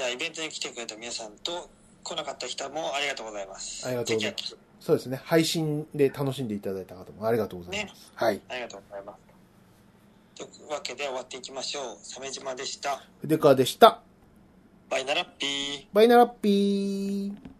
ゃあ、イベントに来てくれた皆さんと、来なかった人もありがとうございます。ありがとうございまます。そうですね。配信で楽しんでいただいた方もありがとうございます。はい。ありがとうございます。というわけで終わっていきましょう。鮫島でした。筆川でした。バイナラッピー。バイナラッピー。